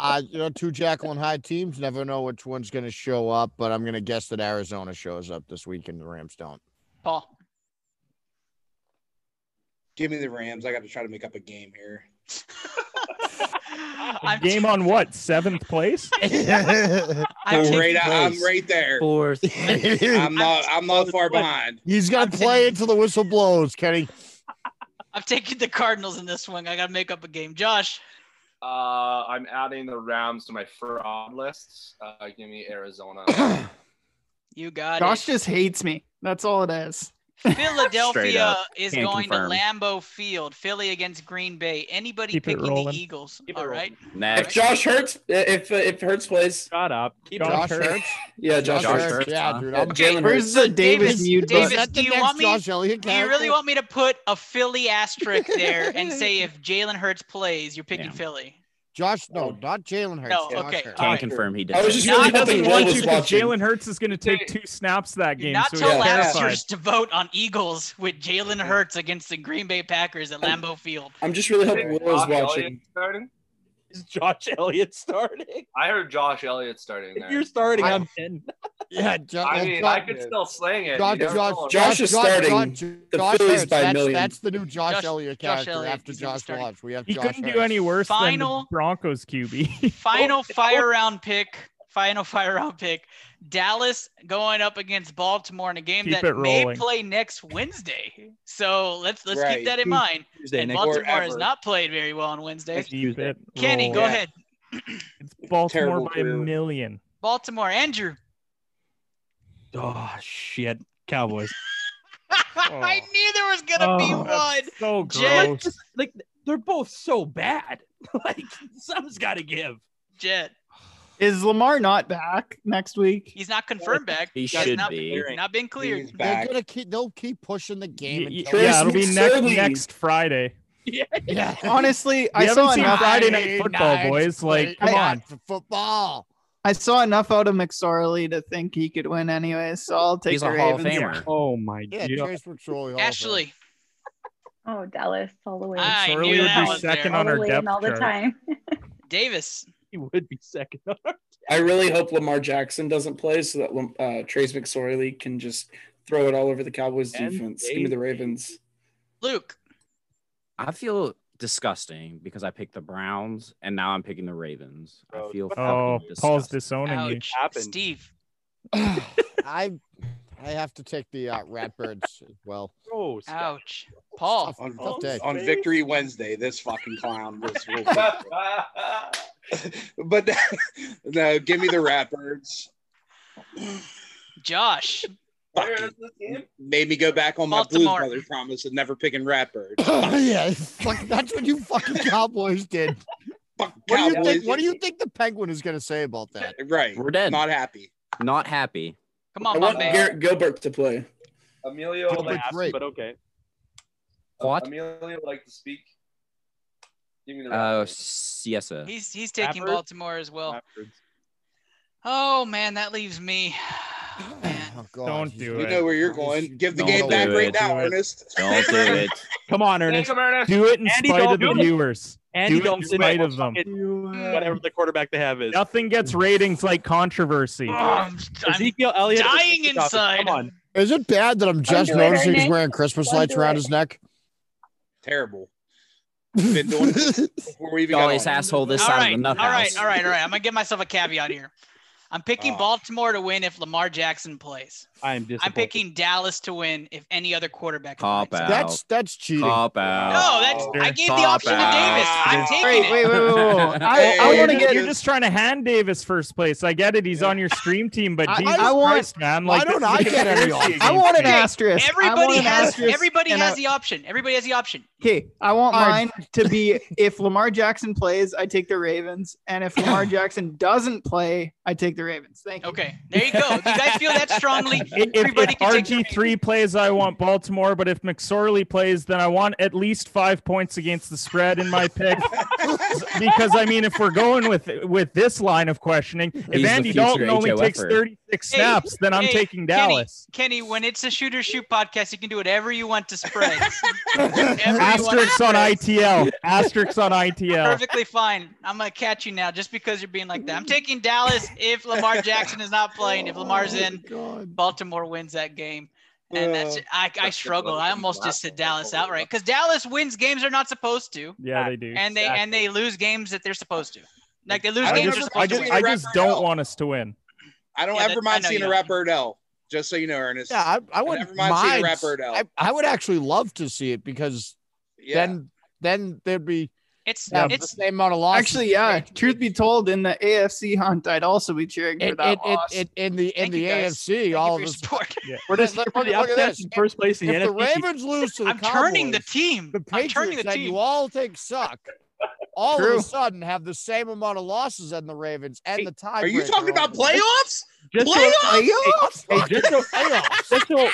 Uh, you know, two Jacqueline High teams. Never know which one's going to show up, but I'm going to guess that Arizona shows up this week and the Rams don't. Paul. Give me the Rams. I got to try to make up a game here. I'm game on what? Seventh place? I'm I'm taking right. I'm place. right there. [laughs] Fourth. [laughs] I'm not. I'm not far behind. He's going to play until the whistle blows, Kenny. I'm taking the Cardinals in this one. I gotta make up a game. Josh, Uh, I'm adding the Rams to my fraud list. Uh, give me Arizona. [coughs] you got Josh it. just hates me. That's all it is. Straight Philadelphia up. is Can't going confirm. to Lambeau Field. Philly against Green Bay. Anybody Keep it picking the rolling. Eagles? Keep it All right. If Next. Josh Hurts, if if Hurts plays, Shut up. Keep going. Josh Josh Hurts. Hurts. [laughs] yeah, Josh, Josh Hurts. Hurts. Yeah, dude. I'm- Okay. Jalen Where's Hurts. the Davis, Davis- mute Is Davis, button? that the do you next want me- Josh Elliott Do you character? really want me to put a [laughs] Philly asterisk there and say if Jalen Hurts plays, you're picking Yeah. Philly? Josh, no, not Jalen Hurts. No, Josh okay. Hurts. Can't Alright. confirm he did. I was just Now really he doesn't hoping Will want was you because watching. Jalen Hurts is going to take two snaps that You're game. not so to he's yeah. allow terrified. to vote on Eagles with Jalen Hurts against the Green Bay Packers at Lambeau Field. I'm just really hoping Will was Josh Elliott watching. starting? Is Josh Elliott starting? I heard Josh Elliott starting If there. you're starting, I- I'm in. [laughs] Yeah, Jo- I well, mean, Josh- I could still sling it. Josh, you never Josh, know. Josh, Josh is Josh- starting Josh- the Josh Phillies Hurts. by a that's, million. That's the new Josh, Josh- Elliott Josh character Elliott, after he's gonna be Josh starting. Watts. We have He Josh couldn't Hurts. do any worse than Final- the Broncos QB. Final Oh, fire round pick. Final fire round pick. Dallas going up against Baltimore in a game Keep that it may rolling. play next Wednesday. So let's let's Right. keep that in mind. Tuesday, and next Baltimore has Forever. not played very well on Wednesday. Keep it Kenny, go rolling. ahead. It's [laughs] Baltimore Terrible by a career. million. Baltimore, Andrew. Oh shit. Cowboys. [laughs] I knew there was gonna Oh, be one. that's so Jet. gross. like they're both so bad. [laughs] like something's gotta give. Jet. Is Lamar not back next week? He's not confirmed back. He He's should not, be. Not been cleared. He's They're back. gonna keep. They'll keep pushing the game. Y- y- until- yeah, it'll be next Slowly. next Friday. yeah. Honestly, We I haven't saw seen enough. Friday Night Football, Night boys. Like, play- come yeah, on. for football. I saw enough out of McSorley to think he could win anyway, so I'll take He's the a Hall of Ravens. Famer. Oh my Yeah, god. Trace McSorley. Hall of Fame. Ashley. Oh, Dallas all the way. I Sorley knew would that be was there. second All on the our way depth and all the chart. time. [laughs] [laughs] Davis. He would be second. I really hope Lamar Jackson doesn't play so that Lam- uh, Trace McSorley can just throw it all over the Cowboys And defense. they- Give me the Ravens. Luke. I feel disgusting because I picked the Browns and now I'm picking the Ravens. I feel Oh, fucking Paul's disgusting. disowning you. Ouch. Steve. I I have to take the uh, Ratbirds as well. Oh, Gross. Ouch. Paul. Tough, on, tough day. on Victory Wednesday. This fucking clown. was real [laughs] but [laughs] no, give me the Ratbirds. Josh. Fucking made me go back on my Baltimore. Blues Brothers promise of never picking Ratbirds. [laughs] yeah, fuck, that's what you fucking [laughs] Cowboys did. Fuck What do you Cowboys. think? What do you think the Penguin is going to say about that? Right. We're dead. Not happy. Not happy. Come I on, my want man. Garrett Gilbert to play. Emilio Would be likes, great. but okay. What? Emilio like to speak. Give me the Uh, Raptors. s- yes, sir. He's he's taking Stafford? Baltimore as well. Raptors. Oh man, that leaves me. Man. Oh, God. Don't do You it. know where you're going. Give the Don't game do back right it. now, Do it. Ernest. Don't do [laughs] it. Come on, Take Ernest. him, Ernest. Do it in Andy spite of the Dalton. viewers. Andy Do it in Dalton. spite of them. Whatever the quarterback they have is. Nothing gets ratings like controversy. Oh, I'm, I'm Um, Ezekiel Elliott. is dying the topic. inside. Come on. Is it bad that I'm just do it, noticing he's Ernest. wearing Christmas Don't lights do around it. his neck? Terrible. Been [laughs] doing it before we even got Always on. asshole this all side right, of the nut all right, house. all right, all right. I'm gonna give myself a caveat here. I'm picking Oh. Baltimore to win if Lamar Jackson plays. I am disappointed. I'm picking Dallas to win if any other quarterback Oh. Cop plays. out. That's that's cheating. Cop out. No, that's I gave the Cop option to Davis. I'm out. taking Wait, it. wait, wait, wait, [laughs] wait. I, Hey, I you're want to just- get. You're just trying to hand Davis first place. I get it. He's on your stream team, but I- I Jesus want- Christ, man! Like, don't this is I get conspiracy every option? I against want an me. asterisk. I want Everybody an has asterisk everybody and has a- the option. Everybody has the option. Okay, I want All right. mine to [laughs] be if Lamar Jackson plays, I take the Ravens, and if [laughs] Lamar Jackson doesn't play, I take the Ravens. Thank you. Okay, there you go. You guys feel [laughs] that strongly? If, if Everybody can take RG three plays, I want Baltimore. But if McSorley plays, then I want at least five points against the spread in my [laughs] pick. because I mean, if we're going with with this line of questioning, if He's the Andy future Dalton only HOFer. takes thirty six Hey, snaps, then I'm hey, taking Kenny. Dallas. Kenny, when it's a shooter shoot podcast, you can do whatever you want to spreads. [laughs] Whatever you want to Asterisks on spreads. [laughs] ITL. Asterisks on ITL. Perfectly fine. I'm gonna catch you now just because you're being like that. I'm taking Dallas if Lamar Jackson is not playing. If Lamar's in, God. Baltimore wins that game. And that's Uh, I, I that's struggle. what I I'm almost just said laughing at. Dallas outright because Dallas wins games they're not supposed to, Yeah, they do. and they and they lose games that they're supposed to. Like they lose I I games they're just, remember I supposed to just, watching win. I the just Raptor don't Hill. want us to win. I don't Yeah, ever that- mind I know seeing a you don't. Ratbird L. Just so you know, Ernest. Yeah, I, I wouldn't never mind seeing a mind. Ratbird out. I, I would actually love to see it because Yeah. then then there'd be It's yeah, the it's same amount of losses. Actually, yeah. Truth be told, in the AFC hunt, I'd also be cheering for It, that it, it, loss. it- in the in Thank you, the guys. Thank AFC, you all for of your us. support. We're just Look- look, for the look at upsets this. in first place in the If the NFC. Ravens lose to the I'm turning the Cowboys, team. the I'm turning Patriots the that team. you all think suck, all of True. a sudden have the same amount of losses as the Ravens and the tiebreaker. Are you talking about over them. playoffs? just so, playoffs? hey, just so, Playoffs. just so,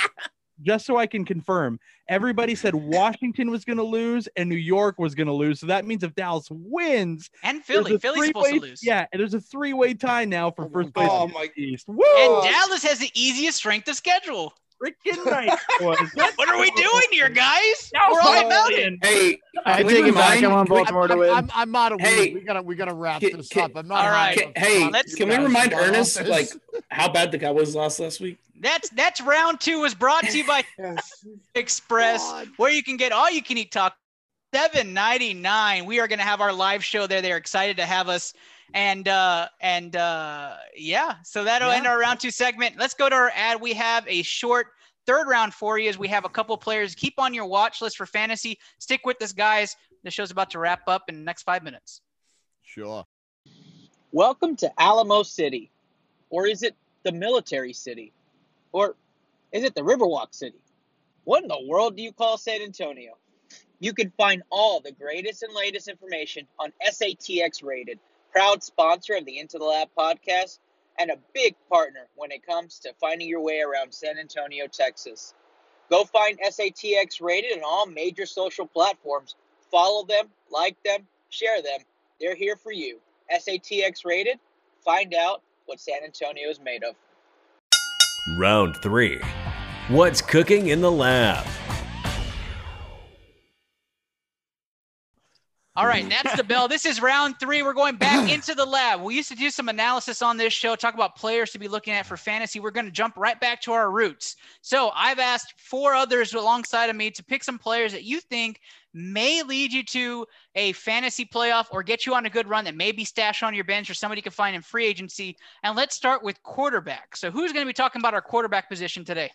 just so I can confirm, everybody said Washington was going to lose and New York was going to lose. So that means if Dallas wins, And there's Philly. a Philly's supposed to three-way- lose. Yeah, and there's a three-way tie now for first place. Oh in my the East. Woo! And [laughs] Dallas has the easiest strength of schedule. freaking right. boys. [laughs] What are we doing here, guys? We're all about it. Hey, I Can we take it back. remind- I want can we- I'm, Baltimore to I'm, win. I'm, I'm out of Hey, we gotta we gotta wrap can- this can- up. I'm not. all high right. on can, hey, Let's- can we remind Guys, Ernest this- like how bad the Cowboys lost last week? That's that's round two was brought to you by Express, God. where you can get all you can eat talk. Seven ninety nine. We are going to have our live show there. They're excited to have us, and uh, and uh, yeah. So that'll end our round two segment. Let's go to our ad. We have a short third round for you. As we have a couple players. Keep on your watch list for fantasy. Stick with us, guys. The show's about to wrap up in the next five minutes. Sure. Welcome to Alamo City. Or is it the military city? Or is it the Riverwalk City? What in the world do you call San Antonio? You can find all the greatest and latest information on SATX Rated, proud sponsor of the Into the Lab podcast and a big partner when it comes to finding your way around San Antonio, Texas. Go find SATX Rated on all major social platforms. Follow them, like them, share them. They're here for you. SATX Rated, find out what San Antonio is made of. Round three. What's cooking in the lab? All right, that's the bell. This is round three. We're going back into the lab. We used to do some analysis on this show, talk about players to be looking at for fantasy. We're going to jump right back to our roots. So I've asked four others alongside of me to pick some players that you think may lead you to a fantasy playoff or get you on a good run that may be stashed on your bench or somebody can find in free agency. And let's start with quarterback. So who's going to be talking about our quarterback position today?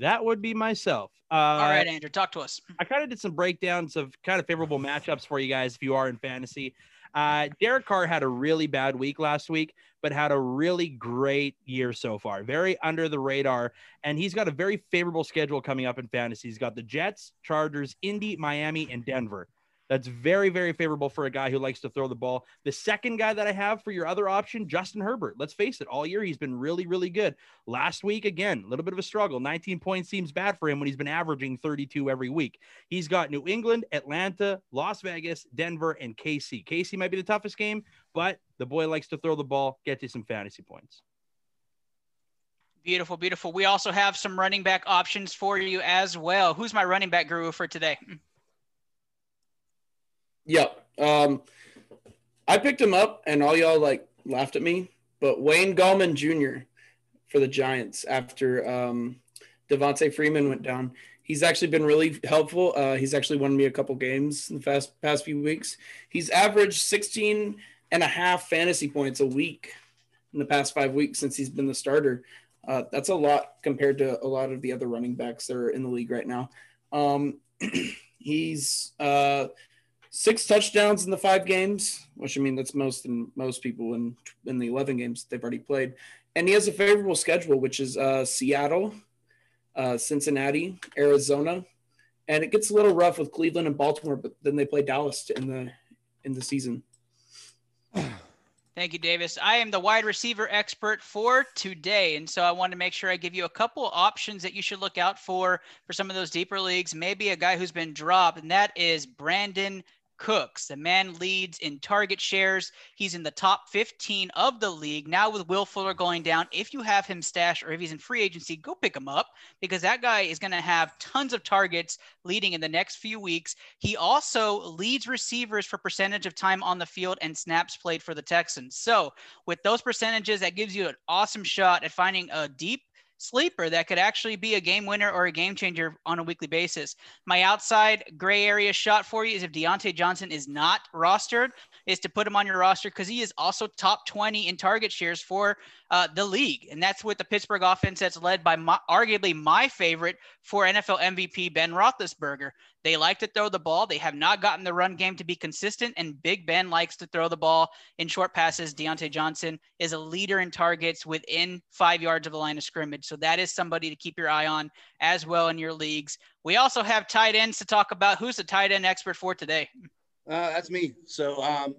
That would be myself. Uh, All right, Andrew, talk to us. I kind of did some breakdowns of kind of favorable matchups for you guys if you are in fantasy. Uh, Derek Carr had a really bad week last week, but had a really great year so far. Very under the radar, and he's got a very favorable schedule coming up in fantasy. He's got the Jets, Chargers, Indy, Miami, and Denver. That's very, very favorable for a guy who likes to throw the ball. The second guy that I have for your other option, Justin Herbert. Let's face it, all year he's been really, really good. Last week, again, a little bit of a struggle. 19 points seems bad for him when he's been averaging 32 every week. He's got New England, Atlanta, Las Vegas, Denver, and KC. KC might be the toughest game, but the boy likes to throw the ball, get you some fantasy points. Beautiful, beautiful. We also have some running back options for you as well. Who's my running back guru for today? [laughs] Yeah. Um, I picked him up, and all y'all like laughed at me. But Wayne Gallman Jr. for the Giants after um, Devontae Freeman went down, he's actually been really helpful. Uh, he's actually won me a couple games in the past past few weeks. He's averaged 16 and a half fantasy points a week in the past five weeks since he's been the starter. Uh, that's a lot compared to a lot of the other running backs that are in the league right now. Um, [clears throat] he's uh, six touchdowns in the five games, which I mean that's most than most people in in the eleven games they've already played. And he has a favorable schedule, which is uh, Seattle, uh, Cincinnati, Arizona, and it gets a little rough with Cleveland and Baltimore, but then they play Dallas in the in the season. Thank you, Davis. I am the wide receiver expert for today. And so I want to make sure I give you a couple options that you should look out for for some of those deeper leagues. Maybe a guy who's been dropped, and that is Brandon Cooks. The man leads in target shares. He's in the top 15 of the league. Now, with Will Fuller going down, if you have him stashed or if he's in free agency, go pick him up because that guy is going to have tons of targets leading in the next few weeks. He also leads receivers for percentage of time on the field and snaps played for the Texans. So, with those percentages, that gives you an awesome shot at finding a deep sleeper that could actually be a game winner or a game changer on a weekly basis. My outside gray area shot for you is if Deontay Johnson is not rostered, is to put him on your roster because he is also top 20 in target shares for uh, the league. And that's with the Pittsburgh offense that's led by my, arguably my favorite for NFL MVP, Ben Roethlisberger. They like to throw the ball. They have not gotten the run game to be consistent, and Big Ben likes to throw the ball in short passes. Deontay Johnson is a leader in targets within five yards of the line of scrimmage. So that is somebody to keep your eye on as well in your leagues. We also have tight ends to talk about. Who's the tight end expert for today? Uh, that's me. So um,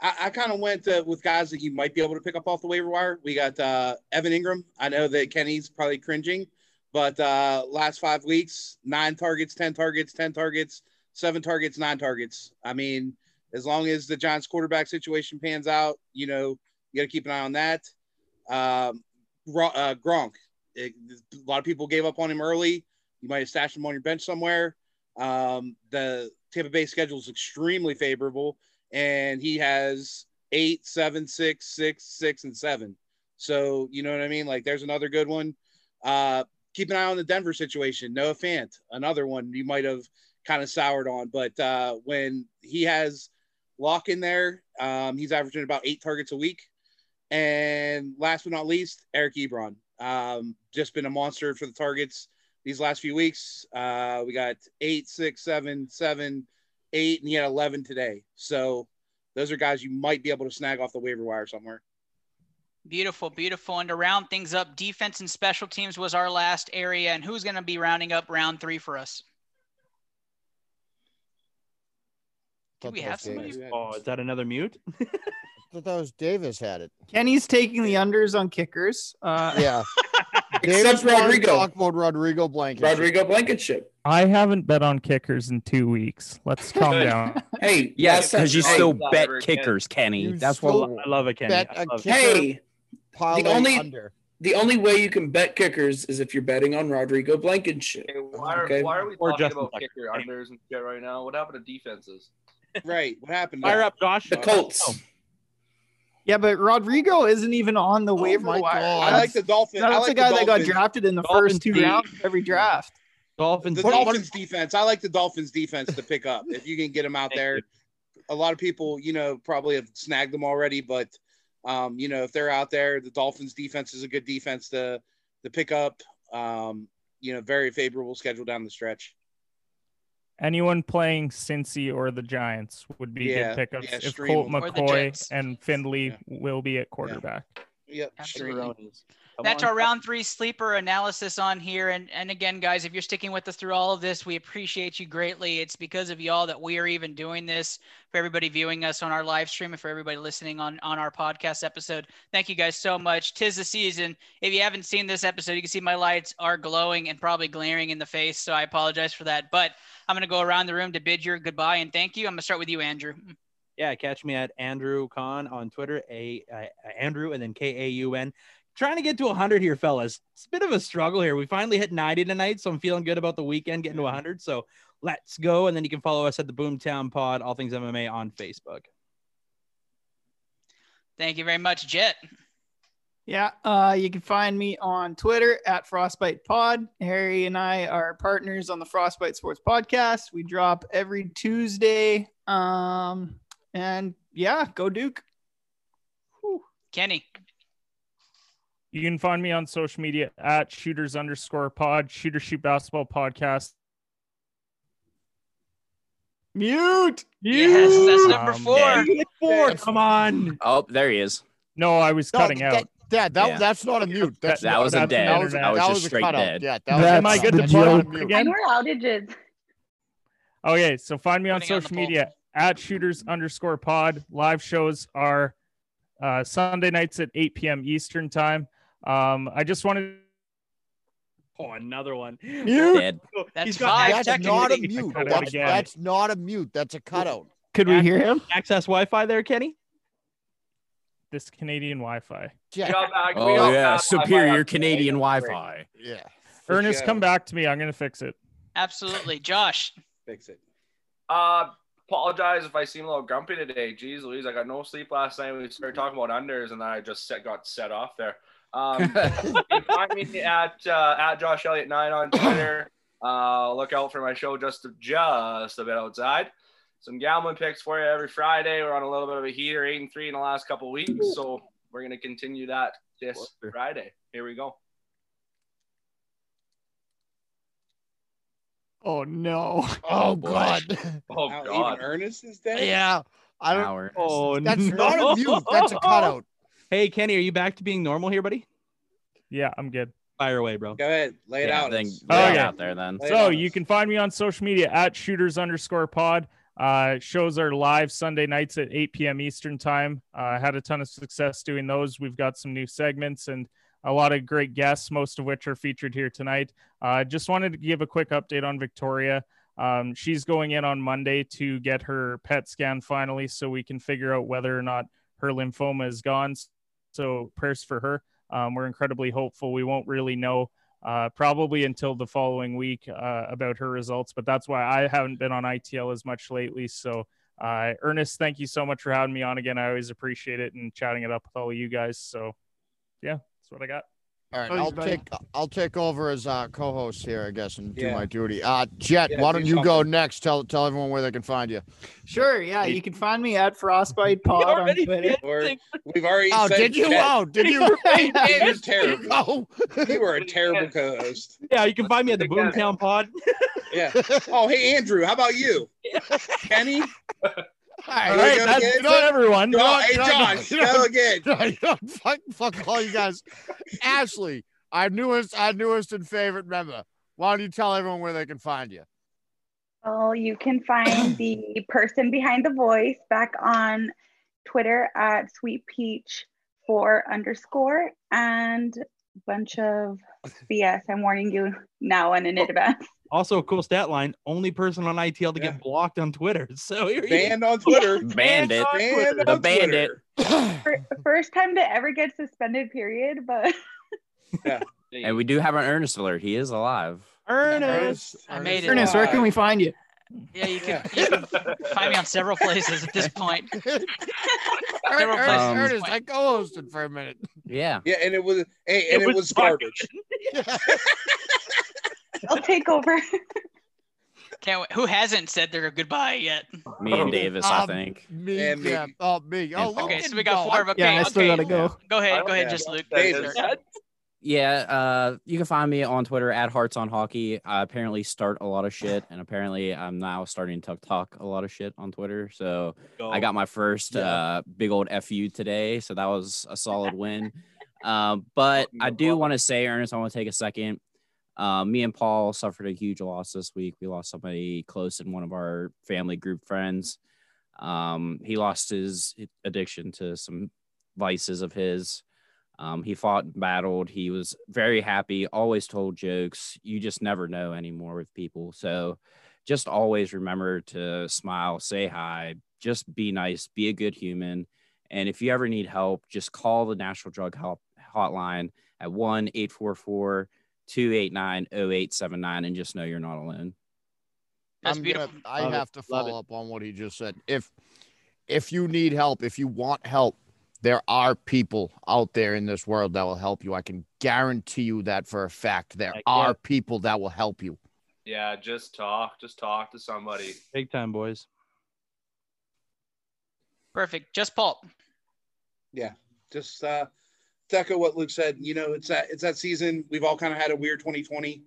I, I kind of went uh, with guys that you might be able to pick up off the waiver wire. We got uh, Evan Ingram. I know that Kenny's probably cringing, but uh, last five weeks, nine targets, 10 targets, 10 targets, seven targets, nine targets. I mean, as long as the Giants quarterback situation pans out, you know, you got to keep an eye on that. Um, Gro- uh, Gronk, it, a lot of people gave up on him early. You might have stashed him on your bench somewhere. Um, the Tampa Bay schedule is extremely favorable, and he has eight, seven, six, six, six, and seven. So you know what I mean. Like, there's another good one. Uh, keep an eye on the Denver situation. Noah Fant, another one you might have kind of soured on, but uh, when he has Lock in there, um, he's averaging about eight targets a week. And last but not least, Eric Ebron, um, just been a monster for the targets these last few weeks. Uh, we got eight, six, seven, seven, eight, and he had 11 today. So those are guys you might be able to snag off the waiver wire somewhere. Beautiful, beautiful. And to round things up, defense and special teams was our last area. And who's going to be rounding up round three for us? Do we have somebody? Oh, is that another mute? [laughs] I thought that was Davis had it. Kenny's taking the unders on kickers. Uh, [laughs] Yeah. Except Davis wanted to Rodrigo. Talk about Rodrigo Blanket. Rodrigo Blankenship. I haven't bet on kickers in two weeks. Let's calm Good. down. Hey, Yes, last because you time- still Hey. bet kickers, Kenny. You That's still- what. I love it, Kenny. Bet I a love kicker it. Hey, parlay the only- under. the only way you can bet kickers is if you're betting on Rodrigo Blankenship. Okay, why, are, Okay. why are we Or talking Justin about Tucker. kicker unders and shit right now? What happened to defenses? Right. What happened? Fire there? up, Josh. The Colts. Oh. Yeah, but Rodrigo isn't even on the waiver my wire. God. I That's- like the Dolphin- I That's like the the guy that got Dolphins. drafted in the Dolphins first two beat- rounds of every draft. Dolphins. The Dolphins defense. I like the Dolphins defense to pick up if you can get them out there. A lot of people, you know, probably have snagged them already, but um, you know, if they're out there, the Dolphins defense is a good defense to to pick up. Um, you know, very favorable schedule down the stretch. Anyone playing Cincy or the Giants would be good Yeah, pickups yeah, if stream Colt them. Or the McCoy Jets. and Findley will be at quarterback. Yep. Absolutely. Come That's on. our round three sleeper analysis on here. And and again, guys, if you're sticking with us through all of this, we appreciate you greatly. It's because of y'all that we are even doing this for everybody viewing us on our live stream and for everybody listening on on our podcast episode. Thank you guys so much. Tis the season. If you haven't seen this episode, you can see my lights are glowing and probably glaring in the face. So I apologize for that. But I'm gonna go around the room to bid your goodbye and thank you. I'm gonna start with you, Andrew. Yeah, catch me at Andrew Khan on Twitter, a uh, Andrew and then K A U N. Trying to get to 100 here, fellas. It's a bit of a struggle here. We finally hit 90 tonight, so I'm feeling good about the weekend getting to 100. So let's go. And then you can follow us at the Boomtown Pod, All Things MMA on Facebook. Thank you very much, Jet. Yeah, uh, you can find me on Twitter at Frostbite Pod. Harry and I are partners on the Frostbite Sports Podcast. We drop every Tuesday. Um, and yeah, go Duke. Kenny. You can find me on social media at shooters underscore pod, shooter shoot basketball podcast. Mute. Yes, that's number Um, four. Four, come on. Oh, there he is. No, I was cutting out. Yeah, that, Yeah. that's not a mute. That's That was a That's an dead. I was, internet. That just was a straight cutout. dead. Yeah, that was. Am I good to That's not joke a mute. again? And we're outages. Okay, so find me on Putting it on the social poll. media at shooters underscore pod. Live shows are uh, Sunday nights at 8 p.m. Eastern time. Um, I just wanted Oh, another one. Dead. That's got five. access- That's not a technically- mute. I cut out That's, again. that's not a mute. That's a cutout. Could we hear him? access Wi-Fi there, Kenny. this Canadian Wi Fi. Yeah. We all back- we all Oh yeah, back. superior Canadian Wi-Fi. Yeah. Ernest, sure. come back to me. I'm going to fix it. Absolutely. Josh. Fix it. Uh, apologize if I seem a little grumpy today. Jeez Louise, I got no sleep last night. We started talking about unders, and I just set, got set off there. [laughs] Um, you can find me at uh, at Josh Elliott nine on Twitter. Uh, look out for my show just just a bit outside. Some gambling picks for you every Friday. We're on a little bit of a heater, eight and three in the last couple weeks, so we're gonna continue that this Friday. Here we go. Oh no. Oh boy. God. Oh Now, God. even Ernest is dead. yeah. I don't. Hour. Oh, That's not a mute. That's a cutout. Hey, Kenny, are you back to being normal here, buddy? Yeah, I'm good. Oh, Fire away, bro. Go ahead. Lay it yeah, out. then Ernest. lay it Okay. out there then. Lay it So on you us. can find me on social media at shooters underscore pod. Uh, shows are live Sunday nights at 8 p.m. Eastern time. I uh, had a ton of success doing those. We've got some new segments and a lot of great guests, most of which are featured here tonight. Uh, just wanted to give a quick update on Victoria. Um, she's going in on Monday to get her PET scan finally, so we can figure out whether or not her lymphoma is gone. So prayers for her. Um, we're incredibly hopeful. We won't really know uh, probably until the following week uh, about her results. But that's why I haven't been on ITL as much lately. So, uh, Ernest, thank you so much for having me on again. I always appreciate it and chatting it up with all of you guys. So, yeah, that's what I got. All right, Oh, Please, I'll buddy. take I'll take over as uh, co-host here, I guess, and do Yeah. my duty. Uh, Jet, Yeah, why do don't you go something. next? Tell tell everyone where they can find you. Sure. Yeah, you can find me at Frostbite Pod on already Twitter. Or, we've already. Oh, said did you? Jet. Oh, did [laughs] you? You were terrible. Oh, You were a terrible co-host. Yeah, you can find me at the Big guy. Boomtown Pod. Yeah. Oh, hey Andrew, how [laughs] about you? Kenny. All Are we right, gonna that's- get you it? know what, everyone. No, Oh, I- hey no, no, [laughs] Josh, no. go again. I don't fuck, fuck all you guys. Ashley, our newest, our newest and favorite member. Why don't you tell everyone where they can find you? Well, you can find the person behind the voice back on Twitter at sweet peach four underscore and bunch of BS. I'm warning you now and Oh. in advance. Also, a cool stat line: only person on ITL to Yeah. get blocked on Twitter. [laughs] So here you Banned on Twitter. Bandit. Banned The on bandit. Twitter. Fir- First time to ever get suspended, period. But And we do have an earnest alert. He is alive. Ernest. I made it. Ernest, where Bye. can we find you? Yeah, you can, you [laughs] can find me on several places at this point. Ernest, Several Ernest, places. Ernest, I co-hosted for a minute. Yeah. Yeah, and it was hey, It and it, was was, [laughs] garbage. [laughs] I'll take [laughs] over. Can't wait. Who hasn't said their goodbye yet? Me and Davis, I Um, think. Me, And me. yeah. Oh, me. Oh, And Luke Okay, so didn't we got go. four of them. Okay, yeah, I still gotta okay. go. Go ahead, go ahead, Yeah. just Luke. Davis. Yeah, uh, you can find me on Twitter at Hearts on Hockey. I apparently start a lot of shit, and apparently I'm now starting to talk a lot of shit on Twitter. So I got my first uh, big old fu today, so that was a solid win. Um, but I do want to say, Ernest, I want to take a second. Uh, me and Paul suffered a huge loss this week. We lost somebody close in one of our family group friends. Um, he lost his addiction to some vices of his. Um, he fought and battled. He was very happy, always told jokes. You just never know anymore with people. So just always remember to smile, say hi, just be nice, be a good human. And if you ever need help, just call the National Drug Help Hotline at 1 844 289 0879 and just know you're not alone. That's I'm beautiful. Gonna, I Love it. have to Love it. follow up on what he just said. If if you need help, if you want help, there are people out there in this world that will help you. I can guarantee you that for a fact. There Heck yeah. are people that will help you. Yeah, just talk. Just talk to somebody. Big time, boys. Perfect. Just Paul. Just uh, to echo what Luke said, you know, it's that it's that season. We've all kind of had a weird 2020.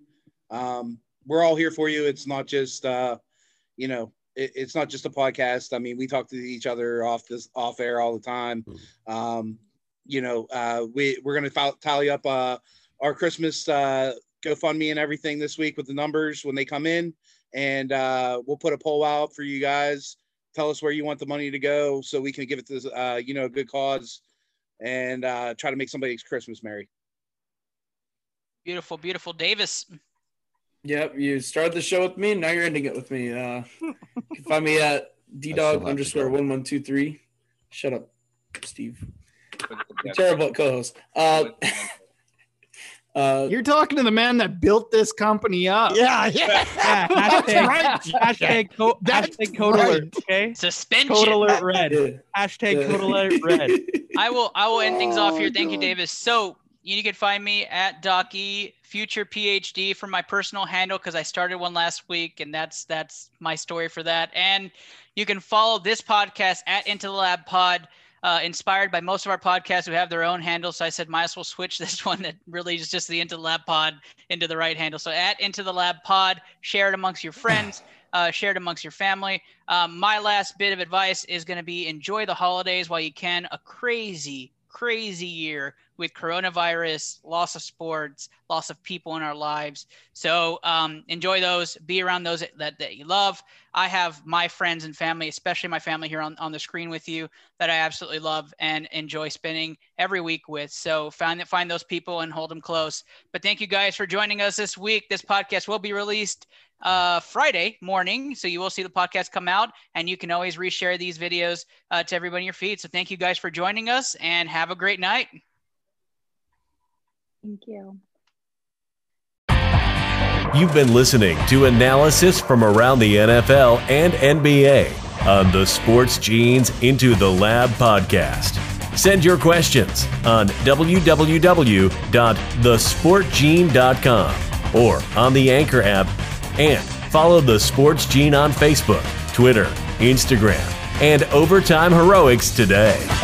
Um, we're all here for you. It's not just uh, you know, it, it's not just a podcast. I mean, we talk to each other off this off air all the time. Um, you know, uh, we we're gonna file, tally up uh, our Christmas uh, GoFundMe and everything this week with the numbers when they come in, and uh, we'll put a poll out for you guys. Tell us where you want the money to go, so we can give it to uh, you know a good cause and uh, try to make somebody's Christmas merry. Beautiful, beautiful Davis. Yep, you started the show with me. Now you're ending it with me. Uh, you can find [laughs] me at have ddog to underscore go. one one two three. Shut up, Steve. You're Yeah. terrible at co-host. Uh, uh, You're talking to the man that built this company up. Yeah, yeah. Yeah, hashtag, hashtag, co- That's hashtag code right. alert. Okay. Suspension. Code alert red. yeah. Hashtag code alert red. I will I will end things off Oh, here. Thank you, God. Davis. So you can find me at Doc E Future PhD from my personal handle because I started one last week, and that's that's my story for that. And you can follow this podcast at Into the Lab Pod. Uh, inspired by most of our podcasts who have their own handle, so I said might as well switch this [laughs] one that really is just the Into the Lab Pod into the right handle. So at Into the Lab Pod, share it amongst your friends, uh, share it amongst your family. Um, my last bit of advice is going to be enjoy the holidays while you can. A crazy, crazy year with coronavirus, loss of sports, loss of people in our lives. So um, enjoy those. Be around those that, that you love. I have my friends and family, especially my family here on, on the screen with you, that I absolutely love and enjoy spending every week with. So find find those people and hold them close. But thank you guys for joining us this week. This podcast will be released uh, Friday morning. So you will see the podcast come out, and you can always reshare these videos uh, to everybody in your feed. So thank you guys for joining us, and have a great night. Thank you. You've been listening to analysis from around the NFL and NBA on the Sports Genes Into the Lab podcast. Send your questions on www.thesportgene.com or on the Anchor app and follow the Sports Gene on Facebook, Twitter, Instagram, and Overtime Heroics today.